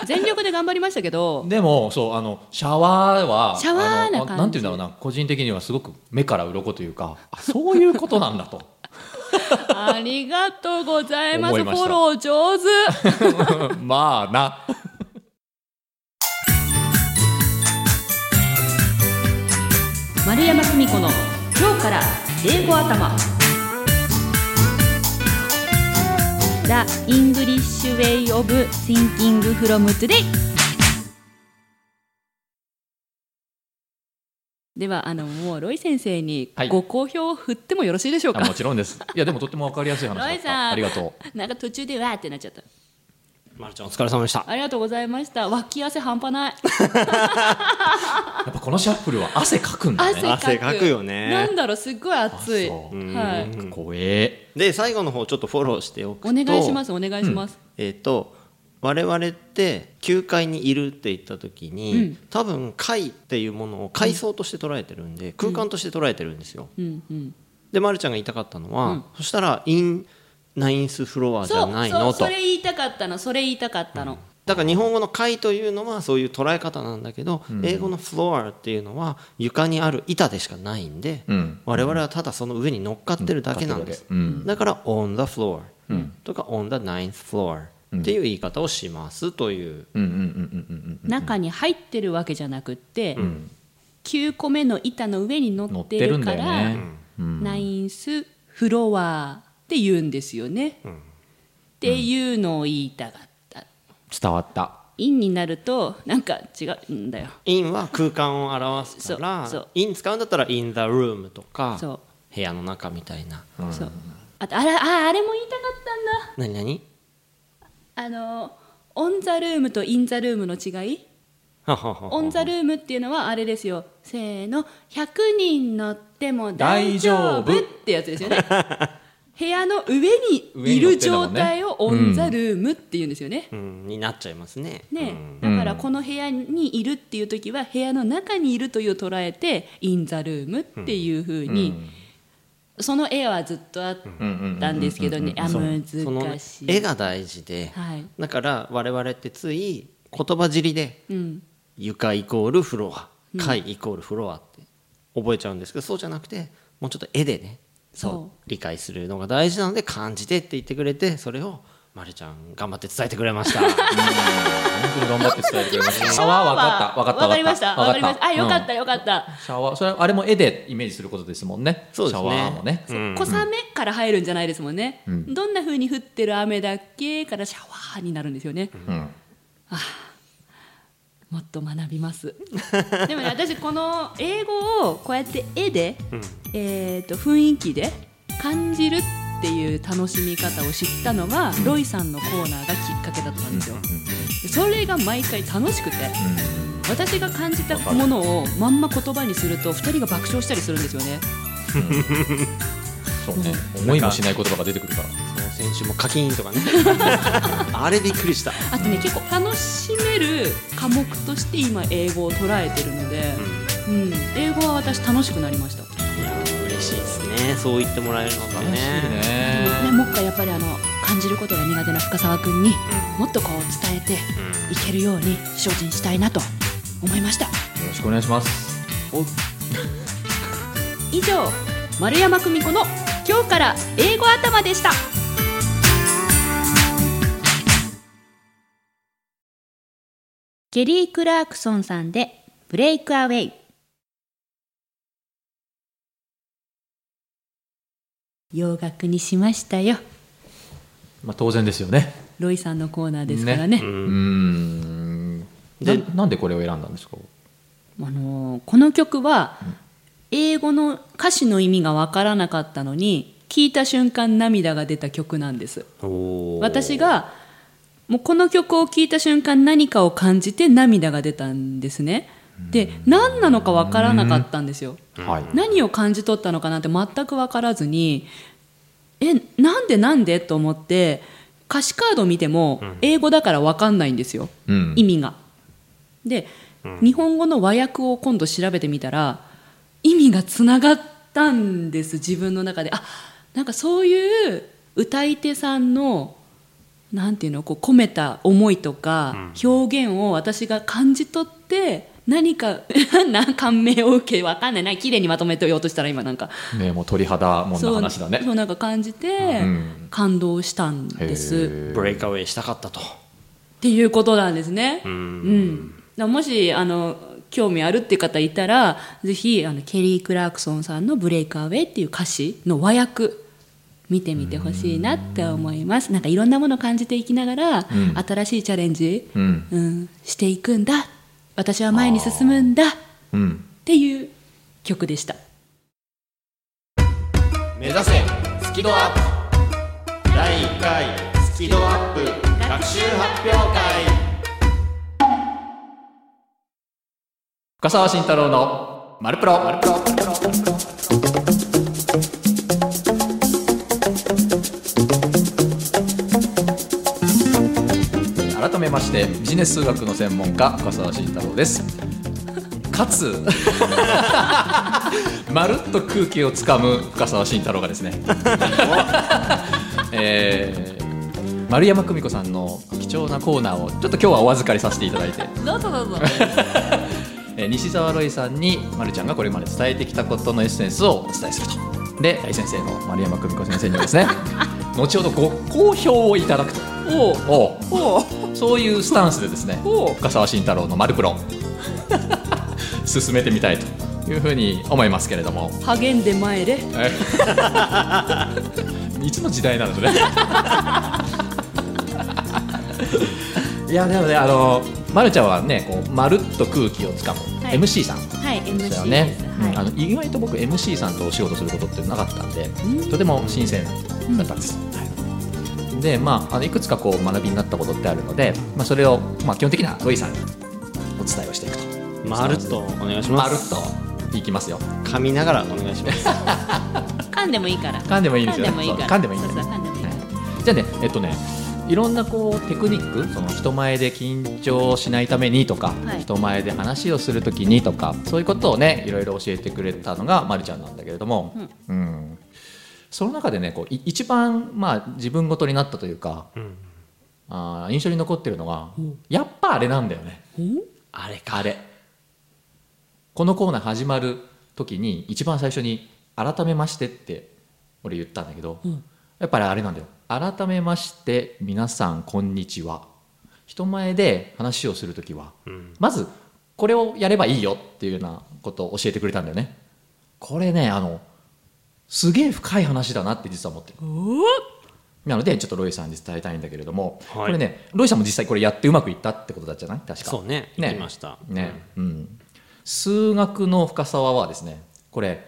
B: 全力で頑張りました けど、
A: でもそうあのシャワーは
B: シャワーな
A: あの
B: 感じ
A: なんていうんだろうな個人的にはすごく目から鱗というかあそういうことなんだと
B: ありがとうございま
A: 思
B: す。
A: い
B: フ
A: ました
B: ォロー上手。
A: まあな
B: 丸山久美子の今日から英語頭。
D: The English Way of Thinking from Today
B: でではあのもうロイ先生に
A: はい
B: ご好評を振ってもよろしいでしょうか、
A: あもちろんですいやでもとっても分かりやすい話だ
B: ロイ
A: っ
B: さん
A: たありがと
B: なんか途中でわーってなっちゃった
C: まるちゃんお疲れ様でした
B: ありがとうございました脇汗半端ないう
A: やっぱこのシャッフルは 汗かくんだ
B: 汗
A: ね
B: かく
C: 汗かくよね
B: なんだろうすっごい熱い
A: あそう
B: は
A: ないんか怖え
C: で最後の方ちょっとフォローしておくと
B: お願いしますお願いします、
C: えっ、と我々って球界にいるって言った時に、
B: うん
C: 多分界っていうものを階層として捉えてるんで、空間として捉えてるんですよ、
B: うんうん、
C: で、ま、るちゃんが言いたかったのは、
B: うん
C: そしたらインナインスフロアじ
B: そ
C: ゃ
B: う
C: ない
B: そ
C: の
B: う
C: と
B: それ言いたかったのそれ言いたかったの、
C: だから日本語の階というのはそういう捉え方なんだけど、英語のフロアっていうのは床にある板でしかないんで、
A: うん
C: 我々はただその上に乗っかってるだけなんです、
A: 乗っかってるだけうん
C: だから on the floor とか on the ninth floor っていう言い方をしますという、
A: うんうんうんうんうんうん
B: 中に入ってるわけじゃなくって、9個目の板の上に乗
A: 乗
B: っ
A: っててる
B: る
A: ん
B: か
A: だよ
B: ら
A: ね、
B: ナインスフロアって言うんですよね、っていうのを言いたかった
A: 伝わった
B: インになるとなんか違うんだよ
C: in は空間を表すから
B: そうそう
C: in 使うんだったら in the room とか
B: そう
C: 部屋の中みたいな
B: そうあとあれああれも言いたかったんだ
C: 何 何
B: あのオン・ザ・ルームとイン・ザ・ルームの違いオ
C: オ
B: ン・ザ・ルームっていうのはあれですよせーの100人乗っても大丈
A: 大
B: 夫
A: 丈夫
B: ってやつですよね部屋の上にいる状態をオ
A: 上に乗ってんだもんね
B: ン・ザ・ルームっていうんですよね、
C: うん、になっちゃいますね
B: ね
A: うん
B: だからこの部屋にいるっていう時は部屋の中にいるという捉えて「イン・ザ・ルーム」っていうふうに、その絵はずっとあったんですけどね、あ
C: その
B: 難しい。
C: 絵が大事で、
B: はい
C: だから我々ってつい言葉尻で
B: うん
C: 床イコールフロア階イコールフロアって覚えちゃうんですけどそうじゃなくてもうちょっと絵でね
B: そう
C: 理解するのが大事なので感じてって言ってくれてそれをまるちゃん頑張って伝えてくれ ました
A: 本当に頑張って伝えてくれました
B: シ
A: シ
B: ャ
A: ャ
B: ワ
A: ワー
B: ーは
A: わかったわかった
B: わかりましたわかりましたあよかっ
A: う
B: たよかった
A: ん、シャワーそれはあれも絵でイメージすることですもんね
C: そうですね
A: シャワーもね
C: うん
B: 小雨から入るんじゃないですもんね、どんなふうに降ってる雨だっけからシャワーになるんですよね、
A: うん
B: もっと学びますでもね私この英語をこうやって絵で、えー、と雰囲気で感じるっていう楽しみ方を知ったのは、ロイさんのコーナーがきっかけだったんですよ、それが毎回楽しくて私が感じたものをまんま言葉にすると2人が爆笑したりするんですよね
A: そうね思いもしない言葉が出てくるから
C: そう先週も課金と かねあれびっくりした
B: あとね結構楽しめる科目として今英語を捉えてるので、うん、英語は私楽しくなりました
C: いや嬉しいですねそう言ってもらえるのがね
A: 嬉しい
B: ね、
A: ね
B: もっかやっぱりあの感じることが苦手な深澤君にもっとこう伝えていけるように精進したいなと思いました
A: よろしくお願いします
B: 以上丸山久美子の「今日から英語頭」でした
D: ケリー・クラークソンさんでブレイクアウェイ
B: 洋楽にしましたよ
A: まあ当然ですよね
B: ロイさんのコーナーですからね
A: うーんな
C: で
A: なんでこれを選んだんですか
B: あのーこの曲は英語の歌詞の意味がわからなかったのに聞いた瞬間涙が出た曲なんです
C: おー
B: 私がもうこの曲を聴いた瞬間何かを感じて涙が出たんですねで何なのか分からなかったんですよ
A: はい
B: 何を感じ取ったのかなんて全く分からずにえなんでなんでと思って歌詞カード見ても英語だから分かんないんですよ、
A: うん
B: 意味がで、日本語の和訳を今度調べてみたら意味がつながったんです自分の中であなんかそういう歌い手さんのなんていうのこう込めた思いとか、表現を私が感じ取って何か な感銘を受けわかんないな綺麗にまとめてようとしたら今なんか
A: ねもう鳥肌もんな話だね
B: そうなんか感じて
A: ん
B: 感動したんです。
A: へー
C: ブレイクアウェイしたかったと
B: っていうことなんですね。うんん、だからもしあの興味あるっていう方いたらぜひあのケリー・クラークソンさんの「ブレイクアウェイ」っていう歌詞の和訳見てみてほしいなって思います。なんかいろんなものを感じていきながら、
A: ん
B: 新しいチャレンジ、
A: うん
B: うんしていくんだ私は前に進むんだっ
A: うん
B: ていう曲でした
A: 目指せスキドアップ第1回スキドアップ学習発表会深澤慎太郎のマルプロマルプロ改めましてビジネス数学の専門家深澤慎太郎ですかつまるっと空気をつかむ深澤慎太郎がですね、 えー丸山久美子さんの貴重なコーナーをちょっと今日はお預かりさせていただいて
B: どうぞど うぞ
A: えー西澤ロイさんに、ま、るちゃんがこれまで伝えてきたことのエッセンスをお伝えするとで大先生の丸山久美子先生にはです ね後ほどご好評をいただくとおうそういうスタンスでですね深澤慎太郎の「マルプ ロ」進めてみたいというふうに思いますけれども
B: 励んで参れ
A: えいつの時代なのそれ いやでもねあの、ま、るちゃんはねこうまるっと空気をつかむ、
B: はい
A: MC さん
B: はい MC
A: で
B: です
A: よ
B: す、
A: ね、うんあ
B: は
A: の意外と僕 MC さんとお仕事することってなかったんで、
B: うん
A: とても新鮮だったんです、はい、でまああのいくつかこう学びになったことってあるので、まあ、それを、まあ、基本的なロイさんにお伝えをしていくと
C: まるっとお願いしま
A: まる
C: す
A: っといきますよ
C: 噛みながらお願いしま す
D: い、噛んでもいいから
A: 噛んでもいいんですよね
D: 噛んでもいいから
A: そう噛んでもいいんだよね
D: そうそう噛んでもいいから
A: じゃあね、えっとね、いろんなこうテクニック、その人前で緊張しないためにとか、
B: はい
A: 人前で話をするときにとか、そういうことをね、いろいろ教えてくれたのがまるちゃんなんだけれども、うん、その中でね、こうい一番まあ自分ごとになったというか、あー印象に残ってるのが、やっぱあれなんだよね。
C: あれか
A: あれ。このコーナー始まる時に一番最初に「改めまして」って俺言ったんだけど、やっぱりあれなんだよ「改めまして皆さんこんにちは」人前で話をする時は、まずこれをやればいいよっていうようなことを教えてくれたんだよねこれねあのすげえ深い話だなって実は思ってるなのでちょっとロイさんに伝えたいんだけれども、
C: はい
A: これねロイさんも実際これやってうまくいったってことだったじゃない確か
C: そうね行きました
A: ね、うん、数学の深さはですねこれ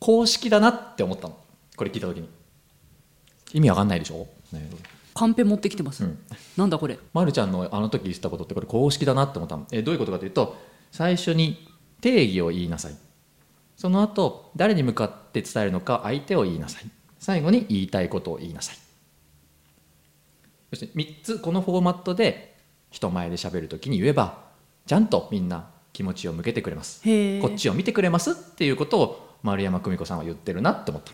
A: 公式だなって思ったのこれ聞いた時に意味わかんないでしょ、ね、
B: カンペ持ってきてます、
A: うん
B: なんだこれ
A: まるちゃんのあの時言ってたことってこれ公式だなって思ったのえどういうことかというと最初に定義を言いなさいその後誰に向かって伝えるのか相手を言いなさい最後に言いたいことを言いなさいそして3つこのフォーマットで人前で喋るときに言えばちゃんとみんな気持ちを向けてくれます
B: へえ
A: こっちを見てくれますっていうことを丸山久美子さんは言ってるなって思った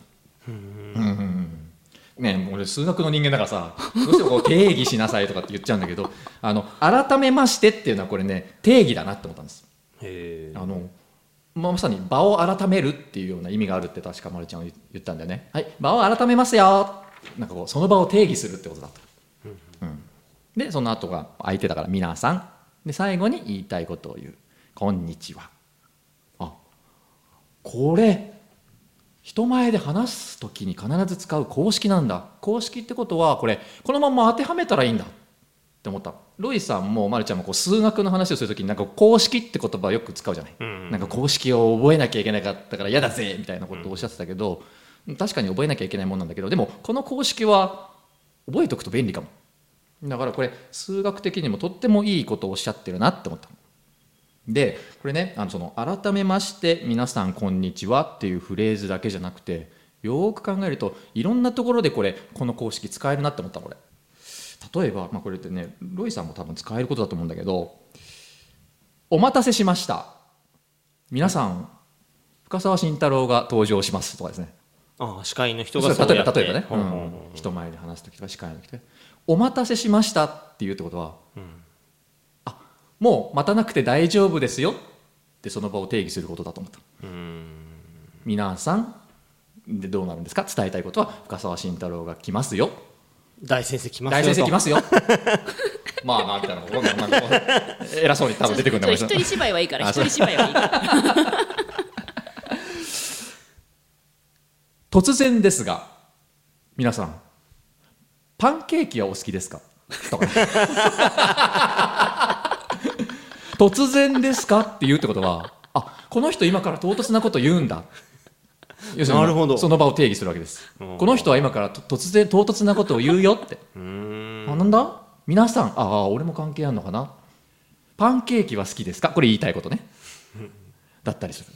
A: ね、俺数学の人間だからさどうしてもこう定義しなさいとかって言っちゃうんだけど あの改めましてっていうのはこれね定義だなって思ったんです
C: へえ
A: あのまあまさに場を改めるっていうような意味があるって確かまるちゃんは言言ったんだよねはい場を改めますよなんかこうその場を定義するってことだと、うん、でその後が相手だから皆さんで最後に言いたいことを言うこんにちはあこれ人前で話す時に必ず使う公式なんだ公式ってことはこれこのまま当てはめたらいいんだって思ったロイさんもマルちゃんもこう数学の話をするときになんか公式って言葉をよく使うじゃない、
C: うん
A: なんか公式を覚えなきゃいけなかったから嫌だぜみたいなことをおっしゃってたけど、確かに覚えなきゃいけないもんなんだけどでもこの公式は覚えておくと便利かもだからこれ数学的にもとってもいいことをおっしゃってるなって思ったでこれねあのその改めまして皆さんこんにちはっていうフレーズだけじゃなくてよーく考えるといろんなところでこれこの公式使えるなって思ったの俺例えば、まあ、これってねロイさんも多分使えることだと思うんだけど「お待たせしました皆さん深澤慎太郎が登場します」とかですね
C: あ司会の人が
A: そう
C: そう
A: 例
C: や
A: え
C: って
A: ば例えばね、
C: ほんほんほん
A: うん人前で話す時とか司会の時とか「お待たせしました」って言うってことは「あもう待たなくて大丈夫ですよ」ってその場を定義することだと思った皆さんでどうなるんですか伝えたいことは深澤慎太郎が来ますよ
C: 大先生来ますよ
A: 大先
C: と
A: 生来 ますよまあなみたいなこんななんかこう偉そうに多分出てくるんだ
D: ちょっ
A: もん
D: と一人芝居はいいから
A: あ
D: 一
A: そう
D: 人芝居はいいから
A: 突然ですが皆さんパンケーキはお好きですかと か突然ですかって言うってことはあこの人今から唐突なこと言うんだ要するに
C: なるほど
A: その場を定義するわけです
C: うん
A: この人は今からと突然唐突なことを言うよって
C: うーん
A: あなんだ皆さんああ俺も関係あるのかなパンケーキは好きですかこれ言いたいことねだったりする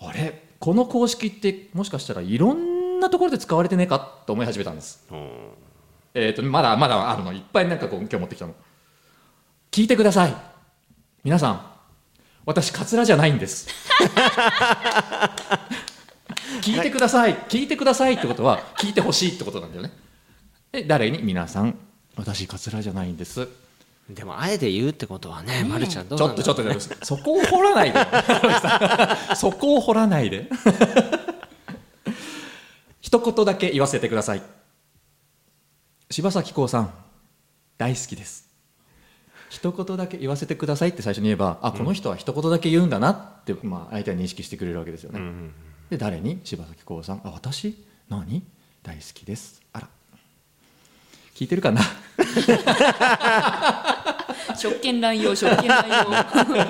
A: あれこの公式ってもしかしたらいろんなところで使われてねえかと思い始めたんです
C: うん
A: えー、とまだまだあるのいっぱいなんかこう今日持ってきたの聞いてください皆さん私カツラじゃないんです 聞いてください聞いてくださいってことは聞いてほしいってことなんだよねで誰に皆さん私カツラじゃないんです
C: でもあえて言うってことはね、まるちゃんどう
A: ち
C: な
A: ょ
C: ん
A: っ
C: だ
A: と
C: ろう
A: ちょっとちょっとそこを掘らないで そこを掘らないで 一言だけ言わせてください柴咲コウさん大好きです一言だけ言わせてくださいって最初に言えばあこの人は一言だけ言うんだなって、まあ、相手は認識してくれるわけですよね、
C: うん
A: で誰に柴咲コウさんあ私何大好きですあら聞いてるかな
B: 職権乱用職 権乱用
A: っ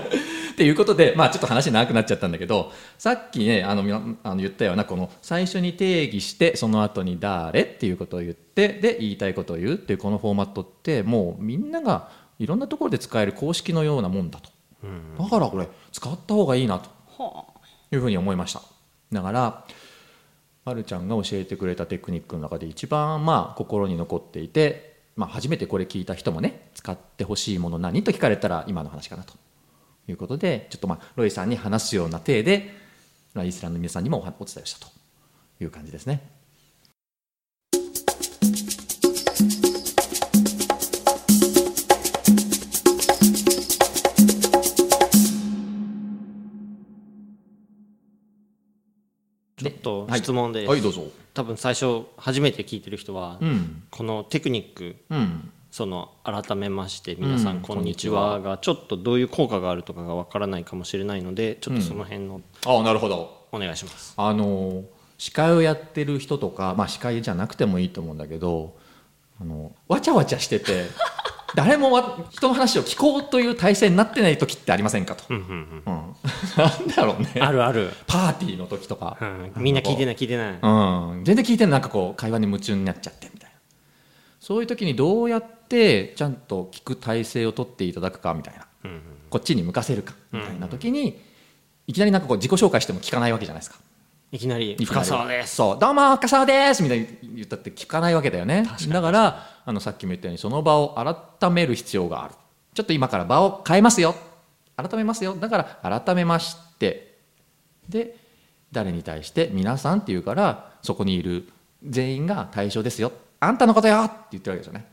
A: ていうことで、まあ、ちょっと話長くなっちゃったんだけどさっきねあのみなあの言ったようなこの最初に定義してその後に「誰」っていうことを言ってで言いたいことを言うっていうこのフォーマットってもうみんながいろんなところで使える公式のようなもんだと
C: うん
A: だからこれ使った方がいいなと
B: はあ
A: いうふうに思いましただからまるちゃんが教えてくれたテクニックの中で一番まあ心に残っていて、まあ、初めてこれ聞いた人もね使ってほしいもの何と聞かれたら今の話かなということでちょっとまあロイさんに話すような体でライスラーの皆さんにもおお伝えをしたという感じですね。
C: ちょっと
A: はい
C: 質問で、
A: はいどうぞ。
C: 多分最初初めて聞いてる人は、
A: うん
C: このテクニック
A: うん
C: その改めまして皆さ
A: うん
C: んこんにちはがちょっとどういう効果があるとかがわからないかもしれないのでちょっとその辺の
A: ああなるほど。
C: お願いします。
A: あの司会をやってる人とか、まあ、司会じゃなくてもいいと思うんだけどあのわちゃわちゃしてて 誰もわ人の話を聞こうという体制になってない時ってありませんかと、
C: うんうん
A: うん なんだろう
C: うん、あ
A: ね
C: るある、
A: パーティーの時とか、
C: うん、みんな聞いてない聞いてない。
A: うん、全然聞いてないなんかこう会話に夢中になっちゃってみたいなそういう時にどうやってちゃんと聞く体制を取っていただくかみたいな
C: うんうん
A: こっちに向かせるかみたいな時に、いきなりなんかこう自己紹介しても聞かないわけじゃないですか。
C: いきなり
A: いきなり
C: 深澤です。
A: そうどうも深澤ですみたいに言ったって聞かないわけだよねだからあのさっきも言ったようにその場を改める必要があるちょっと今から場を変えますよ改めますよだから改めましてで誰に対して「皆さん」って言うからそこにいる全員が対象ですよあんたのことよって言ってるわけですよね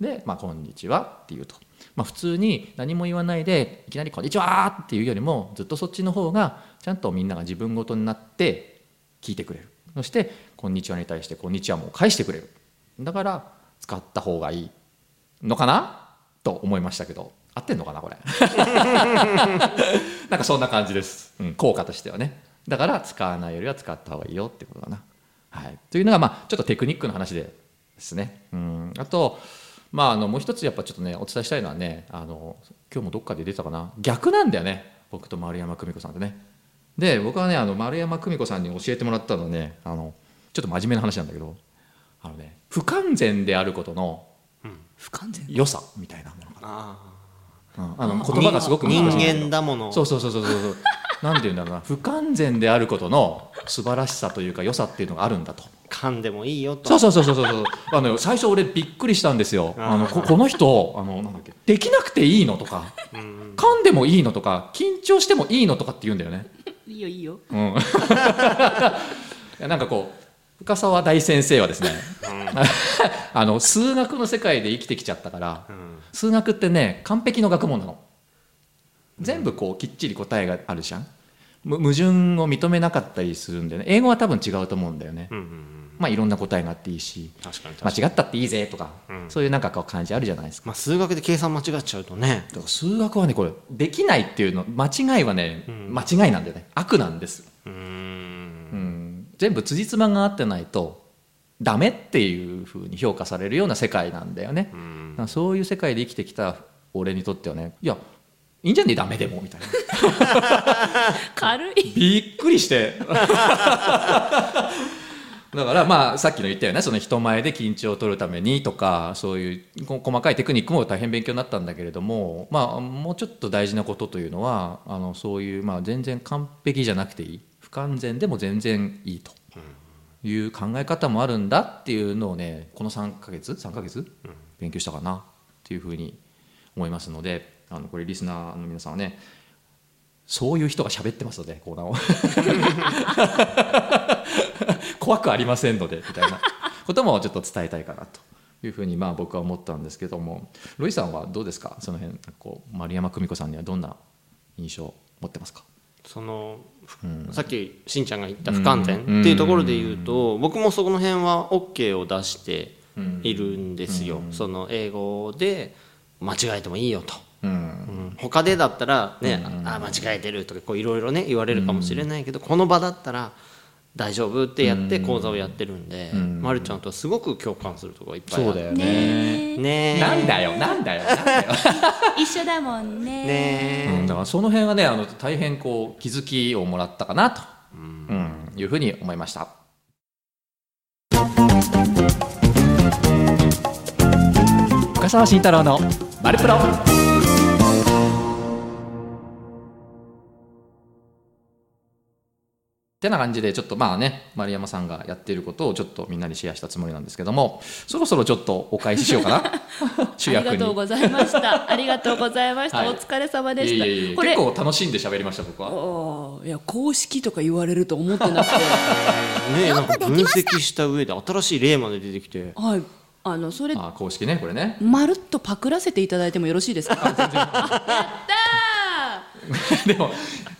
A: で「まあ、こんにちは」って言うと、まあ、普通に何も言わないでいきなり「こんにちは」っていうよりもずっとそっちの方がちゃんとみんなが自分ごとになって聞いてくれるそして「こんにちは」に対して「こんにちは」も返してくれるだから使った方がいいのかなと思いましたけど合ってんのかなこれなんかそんな感じです、うん、効果としてはねだから使わないよりは使った方がいいよってことだな、はい、というのがまあちょっとテクニックの話でですね、うん、あとまああのもう一つやっぱちょっとねお伝えしたいのはねあの今日もどっかで出たかな逆なんだよね僕と丸山久美子さんとねで僕はねあの丸山久美子さんに教えてもらったのはねあのちょっと真面目な話なんだけどあのね不完全であることの
B: 不完全
A: 良さみたいなものか
C: あ
A: な、うんあの
C: ー
A: 言葉がすごく難しいん
C: 人
A: だけど
C: 間だもの。
A: そうそうそうそうそうそうなんて言うんだろうな不完全であることの素晴らしさというか良さっていうのがあるんだと
C: 噛んでもいいよと。
A: そうそうそうそうそうそうあの最初俺びっくりしたんですよあのここの人あのなんだっけできなくていいのとか
C: うんうん
A: 噛んでもいいのとか緊張してもいいのとかって言うんだよね
B: いいよいいよ
A: うん いやなんかこう深沢大先生はですね あの数学の世界で生きてきちゃったから
C: うん
A: 数学ってね完璧の学問なの全部こうきっちり答えがあるじゃんむ矛盾を認めなかったりするんだよね英語は多分違うと思うんだよね、
C: うんうんうん
A: まあいろんな答えがあっていいし
C: 確かに確かに。
A: 間違ったっていいぜとか、
C: うん
A: そういうなんかこう感じあるじゃないですか
C: まあ数学で計算間違っちゃうとね。
A: だから数学はねこれできないっていうの間違いはね、
C: うん
A: 間違いなんだよね悪なんです
C: うー。
A: うんん、全部辻褄が合ってないとダメっていうふうに評価されるような世界なんだよね、
C: うん
A: だからそういう世界で生きてきた俺にとってはねいやいいんじゃねえダメでもみたいな
B: 軽い
A: びっくりしてだからまあさっきの言ったよねその人前で緊張を取るためにとかそういうこ細かいテクニックも大変勉強になったんだけれどもまあもうちょっと大事なことというのはあのそういうまあ全然完璧じゃなくていい不完全でも全然いいという考え方もあるんだっていうのをねこの3ヶ月3ヶ月勉強したかなっていうふうに思いますのであのこれリスナーの皆さんはねそういう人が喋ってますのでコーナーを 怖くありませんのでみたいなこともちょっと伝えたいかなというふうにまあ僕は思ったんですけどもロイさんはどうですかその辺こう丸山久美子さんにはどんな印象を持ってますか
C: その、さっきしんちゃんが言った不完全っていうところで言うと、僕もそこの辺は OK を出しているんですよ、その英語で間違えてもいいよと、
A: うん
C: うん他でだったらね、ああ間違えてるとかこういろいろね言われるかもしれないけど、この場だったら大丈夫ってやって講座をやってるんで、まるちゃんとはすごく共感するところがいっぱいある
A: そうだよね
D: ねえ
C: ねえ
A: なんだよなんだよなんだよ
D: 一緒だもんね
C: ねえ
A: うん、だからその辺はねあの大変こう気づきをもらったかなと、うんいうふうに思いました。深澤慎太郎のマルプロ。ってな感じでちょっとまあね丸山さんがやっていることをちょっとみんなにシェアしたつもりなんですけどもそろそろちょっとお返ししようかな主
B: あ
A: 役
B: り
A: に
B: がとうございま したありがとうございました、
A: はい
B: お疲れ様で
A: い
B: した
A: やいやいや
B: これ
A: 結構楽しんで喋りました僕は
B: ああいや公式とか言われると思って なくて
C: ねえなんか分析した上で新しい例まで出てきて
B: はいあのそれ
A: あ公式ねこれね
B: まるっとパクらせていただいてもよろしいですかやったー
A: でも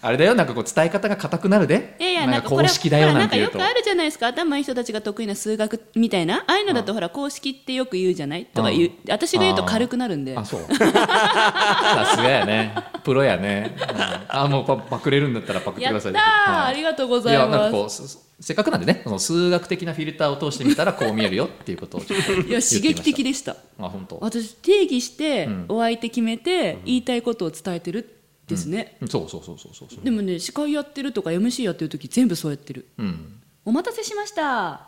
A: あれだよなんかこう伝え方が硬くなるで
B: いやいや、
A: な
B: なんん
A: か
B: かこれ
A: 公式だよ
B: ほ
A: な
B: らなんん
A: て
B: か
A: 言う
B: よ
A: と
B: くあるじゃないですか、頭いい人たちが得意な数学みたいな、ああいうのだとほら、公式ってよく言うじゃないとか言う、私が言うと軽くなるんで、
A: あそうさすがやねプロやね、うんあもうパパクれるんだったらパクって
B: や
A: く
B: った
A: だ
B: ー、
A: さい
B: ありがとうご
A: と
B: ざい
A: やなん
B: ま
A: かこうすすせっかくなんでねその数学的なフィルターを通してみたらこう見えるよっていうことをちょっと言っ
B: す。いや、刺激的
A: で
B: でした。
A: あ本当
B: 私、定義して、
A: ん
B: お相手決めて、言いたいことを伝えてるですね。
A: そうそうそうそうそうそう
B: でもね、司会やってるとか、MC やってる時全部そうやってる。
A: うん
B: お待たせしました。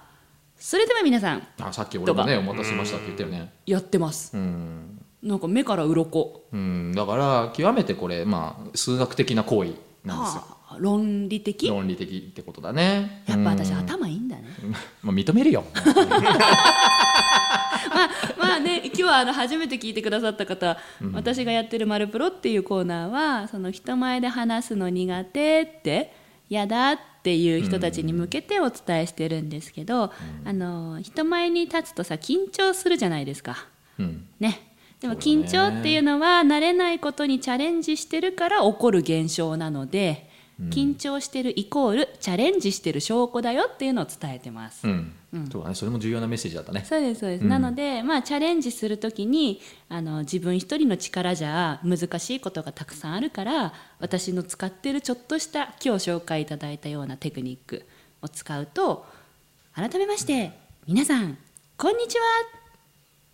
B: それでは皆さん、
A: あさっき俺もねお待たせしましたって言ったよね
B: やってます。
A: うん
B: なんか目から鱗
A: うん、だから極めてこれ、まあ、数学的な行為なんですよ
B: はあ論理的
A: 論理的ってことだね
B: やっぱ私
A: うん
B: 頭いいんだね。
A: まあ、認める よ
B: まあ まあね今日はあの初めて聞いてくださった方、私がやってる「マルプロ」っていうコーナーはその人前で話すの苦手って嫌だっていう人たちに向けてお伝えしてるんですけど、あの人前に立つとさ緊張するじゃないですか。
A: うん
B: ねでも
A: そう
B: 緊
A: だね
B: 張っていうのは慣れないことにチャレンジしてるから起こる現象なので、緊張してるイコールチャレンジしてる証拠だよっていうのを伝えてます
A: う。ん、そうだねそれも重要なメッセージだったね
B: そうですそうです、
A: うん
B: なので、まあ、チャレンジするときにあの自分一人の力じゃ難しいことがたくさんあるから私の使ってるちょっとした今日紹介いただいたようなテクニックを使うと改めまして皆さんこんにちは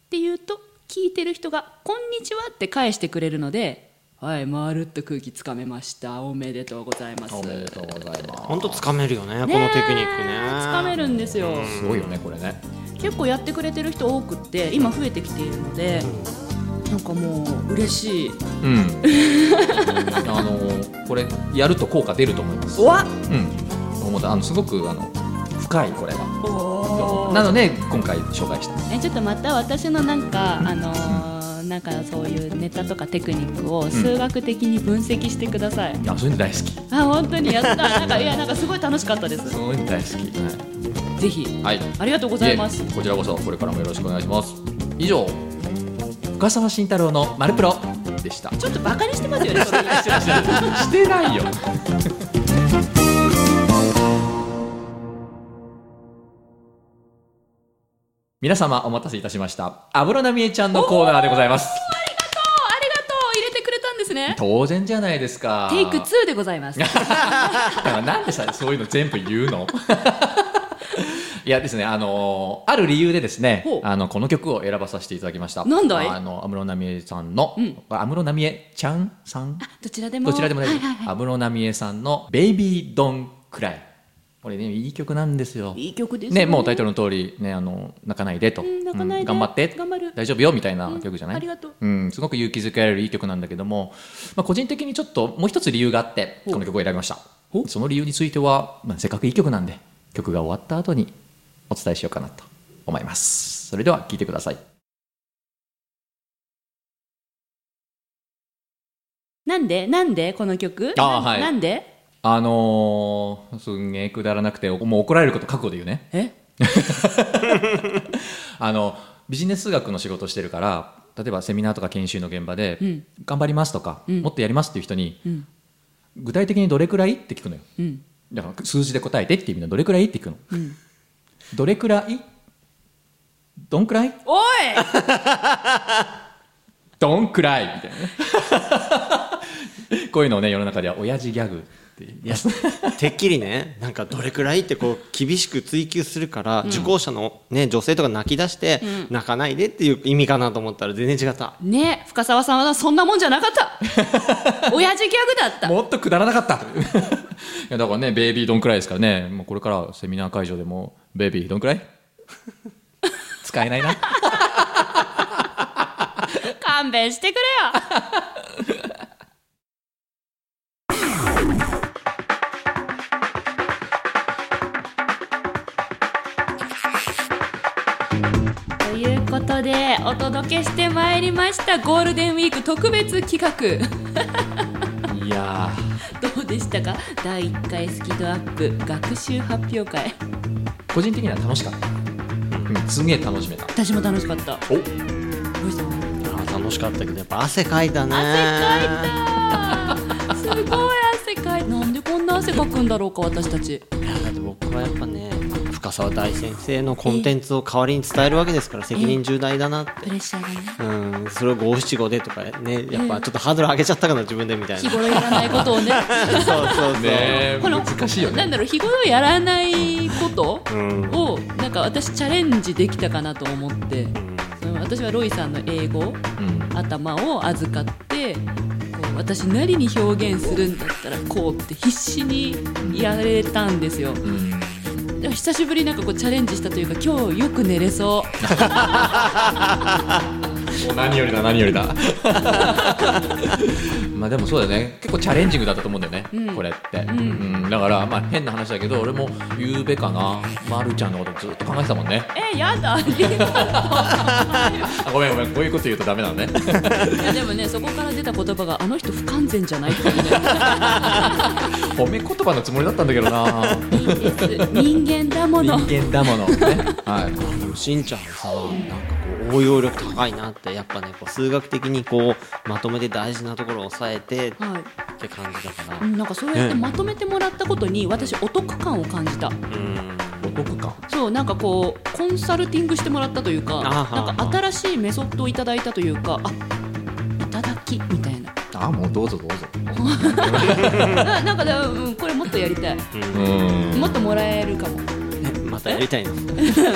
B: って言うと聞いてる人が「こんにちは」って返してくれるので「はいまるっと空気つかめましたおめでとうございます」
A: おめでとうございま
C: 本当つかめるよね
B: ね
C: このテクニック
B: えつかめ
C: ね
B: るんですよ、
A: すすごいよねこれね
B: 結構やってくれてる人多くって今増えてきているのでなんかもう嬉しい
A: うんあのこれやると効果出ると思います
B: わ
A: うん思ったあのすごくあの深いこれが
B: お
A: なので今回紹介した
B: えちょっとまた私のなんかあのーなんかそういうネタとかテクニックを数学的に分析してください、
A: いやそういうの大好き
B: あ本当 にやったなんかいやなんかすごい楽しかったです
A: そういうの大好き
B: ぜひ
A: はい、はい
B: ありがとうございます
A: えこちらこそこれからもよろしくお願いします以上深澤慎太郎の「マルプロ」でした
B: ちょっとバカにしてます よねそれ
A: してないよ皆様お待たせいたしました安室奈美恵ちゃんのコーナーでございます
B: ありがとう入れてくれたんですね
A: 当然じゃないですか
B: テイク2でございま す
A: だからなんでさそういうの全部言うのいやですね、あのーある理由でですね
B: ほう、
A: あのこの曲を選ばさせていただきました。
B: なんだい
A: あの安室奈美恵さんの、
B: うん
A: 安室奈美恵ちゃんさん、
B: どちらでも
A: どちらでも大
B: は
A: 丈
B: い
A: 夫
B: はいはい
A: 安室奈美恵さんのベイビードンクライ。これねいい曲なんですよ。
B: いい曲ですよ
A: ね、もうタイトルの通りねあの泣かないでと、
B: うん泣かないで
A: 頑張って
B: 頑張る
A: 大丈夫よみたいな曲じゃない、
B: ありがとう
A: うん、すごく勇気づけられるいい曲なんだけども、まあ、個人的にちょっともう一つ理由があって
B: ほう
A: この曲を選びましたその理由については、まあ、せっかくいい曲なんで曲が終わった後にお伝えしようかなと思いますそれでは聴いてください
B: なんでなんでこの曲
A: あー
B: な
A: はい
B: なんで
A: あのーすんげえくだらなくてもう怒られること覚悟で言うね
B: え
A: あのビジネス学の仕事してるから例えばセミナーとか研修の現場で「
B: うん
A: 頑張ります」とか、
B: うん
A: もっとやります」っていう人に、
B: うん
A: 具体的にどれくらいって聞くのよ
B: うん
A: だから数字で答えてっていう意味のどれくらいって聞くの、どれくらいどんくらい
B: おい
A: どんくらいみたいなね こういうのをね世の中では親父ギャグっていう
C: いや てっきりねなんかどれくらいってこう厳しく追求するから、受講者の、ね、女性とか泣き出して、泣かないでっていう意味かなと思ったら全然違った
B: ね深澤さんはそんなもんじゃなかった 親父ギャグだった
A: もっとくだらなかったいやだからねベイビーどんくらいですからねもうこれからセミナー会場でも「ベイビーどんくらい? 」 使えないな
B: 勘弁してくれよということでお届けしてまいりましたゴールデンウィーク特別企画
A: いや
B: どうでしたか第1回スキドアップ学習発表会
A: ー個人的には楽しかった、うん、すげえ楽しめた
B: 私も楽しかった
A: お
B: どうしたの
C: あー楽しかったけどやっぱ汗かいたね
B: すごい汗かいなんでこんな汗かくんだろうか私たち
C: いやだって僕はやっぱね深沢大先生のコンテンツを代わりに伝えるわけですから責任重大だなって
B: プレッシャーがね
C: うんそれを五七五でとかねやっぱちょっとハードル上げちゃったかな自分でみたい
B: 日
C: な
B: 頃やらないこと をね
C: そうそうそう、
A: ねえ
B: この
A: 難しいよ
B: なん
A: ね
B: だろう日頃やらないこと
C: うん
B: をなんか私チャレンジできたかなと思ってその私はロイさんの英語
A: うん
B: 頭を預かってこう私なりに表現するんだったらこうって必死にやれたんですよ
A: うん
B: でも久しぶりになんかこうチャレンジしたというか今日よく寝れそう
A: 何よりだ何よりだ まあでもそうだよね結構チャレンジングだったと思うんだよね、
B: うん
A: これって、うんだからまあ変な話だけど俺もゆうべかな、ま、るちゃんのことずっと考えてたもんね
B: えや だ
A: あごめんごめんこういうこと言うとダメなの ね
B: いやでもねそこから出た言葉があの人不完全じゃないっていうね
A: 褒め言葉のつもりだったんだけどない
B: いです人間だもの
A: 人間だ もの、ねはい、
C: でもしんちゃんさなんかこう応用力高いなってやっぱねこう数学的にこうまとめて大事なところを押さえてっ
B: はい
C: て感じだから
B: うんなんかそうやって
C: ね
B: まとめてもらったことに私お得感を感じた
C: うん
A: お得感
B: そうなんかこうコンサルティングしてもらったというか
C: あは
B: なんか新しいメソッドをいただいたというかあいただきみたいな
A: あもうどうぞどうぞ
B: ななんかね、うん、これもっとやりたい
A: うん
B: もっともらえるかも
C: またやりたいの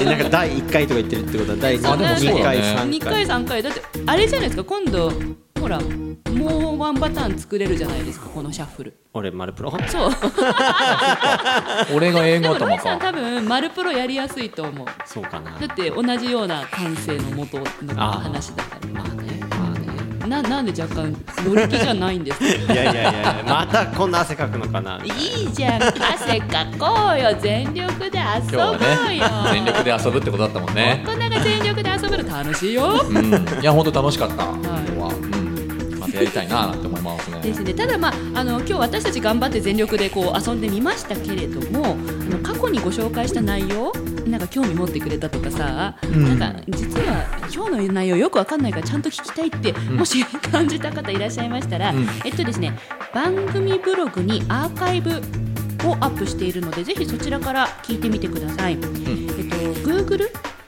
C: えなんか第1回とか言ってるってことは第
A: あでもそうだね
C: 2回
B: 2
C: 3
B: 回
C: 回
B: 3回だってあれじゃないですか今度ほらもうワンパターン作れるじゃないですかこのシャッフル
C: 俺丸プロ
B: そう
A: 俺が英語
B: でもロ
A: 頭
B: イさん
A: か
B: 多分マルプロやりやすいと思うだ
C: そうかな
B: って同じような感性のもとの話だか
C: まあねまあね
B: らななんで若干乗り気じゃないんですか
C: いやいやいやいやまたこんな汗かくのかな い
B: いじゃん汗かこうよ全力で遊
A: 今
B: ぼ
A: 日
B: うよ、
A: はね全力で遊ぶってことだったもんね
B: 大人が全力で遊ぶの楽しいよ
A: うん、いや本当楽しかった、今日
B: い
A: は、うん、またやりたいなって思いますね。
B: ですね、ただ、まあ、あの今日私たち頑張って全力でこう遊んでみましたけれどもあの過去にご紹介した内容なんか興味持ってくれたとかさ、
A: ん
B: なんか実は今日の内容よくわかんないからちゃんと聞きたいって、もし感じた方いらっしゃいましたら、
A: うん
B: えっとですね、番組ブログにアーカイブをアップしているのでぜひそちらから聞いてみてください。えっと、Google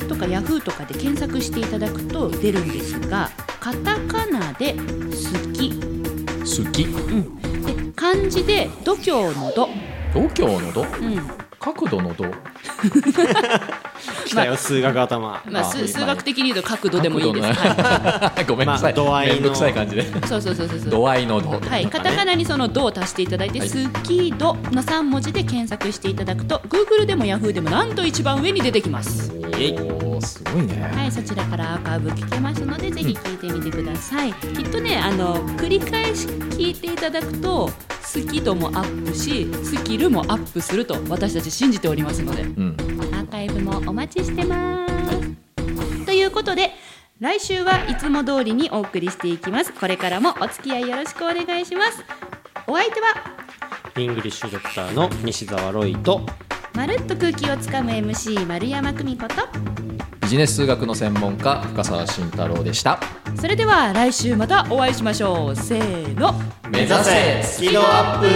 B: とか Yahoo とかで検索していただくと出るんですがカタカナで「好き」
A: 好き、
B: うん、で漢字で度胸の度、
A: 度胸の度、
B: うん、
A: 角度の度、
C: 来たよ数学頭
B: まあ、数数学的に言うと角度でもいいです。
A: 角
B: は
A: ごめんなさい、
C: まあ度合いの
A: めんどくさい感じで
B: い、そうそうそうそうそう。
A: 度合いの度
B: はい、カタカナにその「ド」を足していただいて「
A: はい
B: スキード」の3文字で検索していただくと Google でも Yahoo でもなんと一番上に出てきます
A: おーすごいね
D: はい、そちらからアーカイブ聞けますので、ぜひ聞いてみてください。きっとね、あの繰り返し聞いていただくと、
B: スキドもアップしスキルもアップすると私たち信じておりますので
A: うん
D: アーカイブもお待ちしてます。ということで、来週はいつも通りにお送りしていきます。これからもお付き合いよろしくお願いします。お相手は、
C: イングリッシュドクターの西澤ロイと
D: まるっと空気をつかむ MC 丸山久美子と、
A: ビジネス数学の専門家深澤慎太郎でした
B: それでは来週またお会いしましょうせーの
A: 目指せ
C: スキドアップ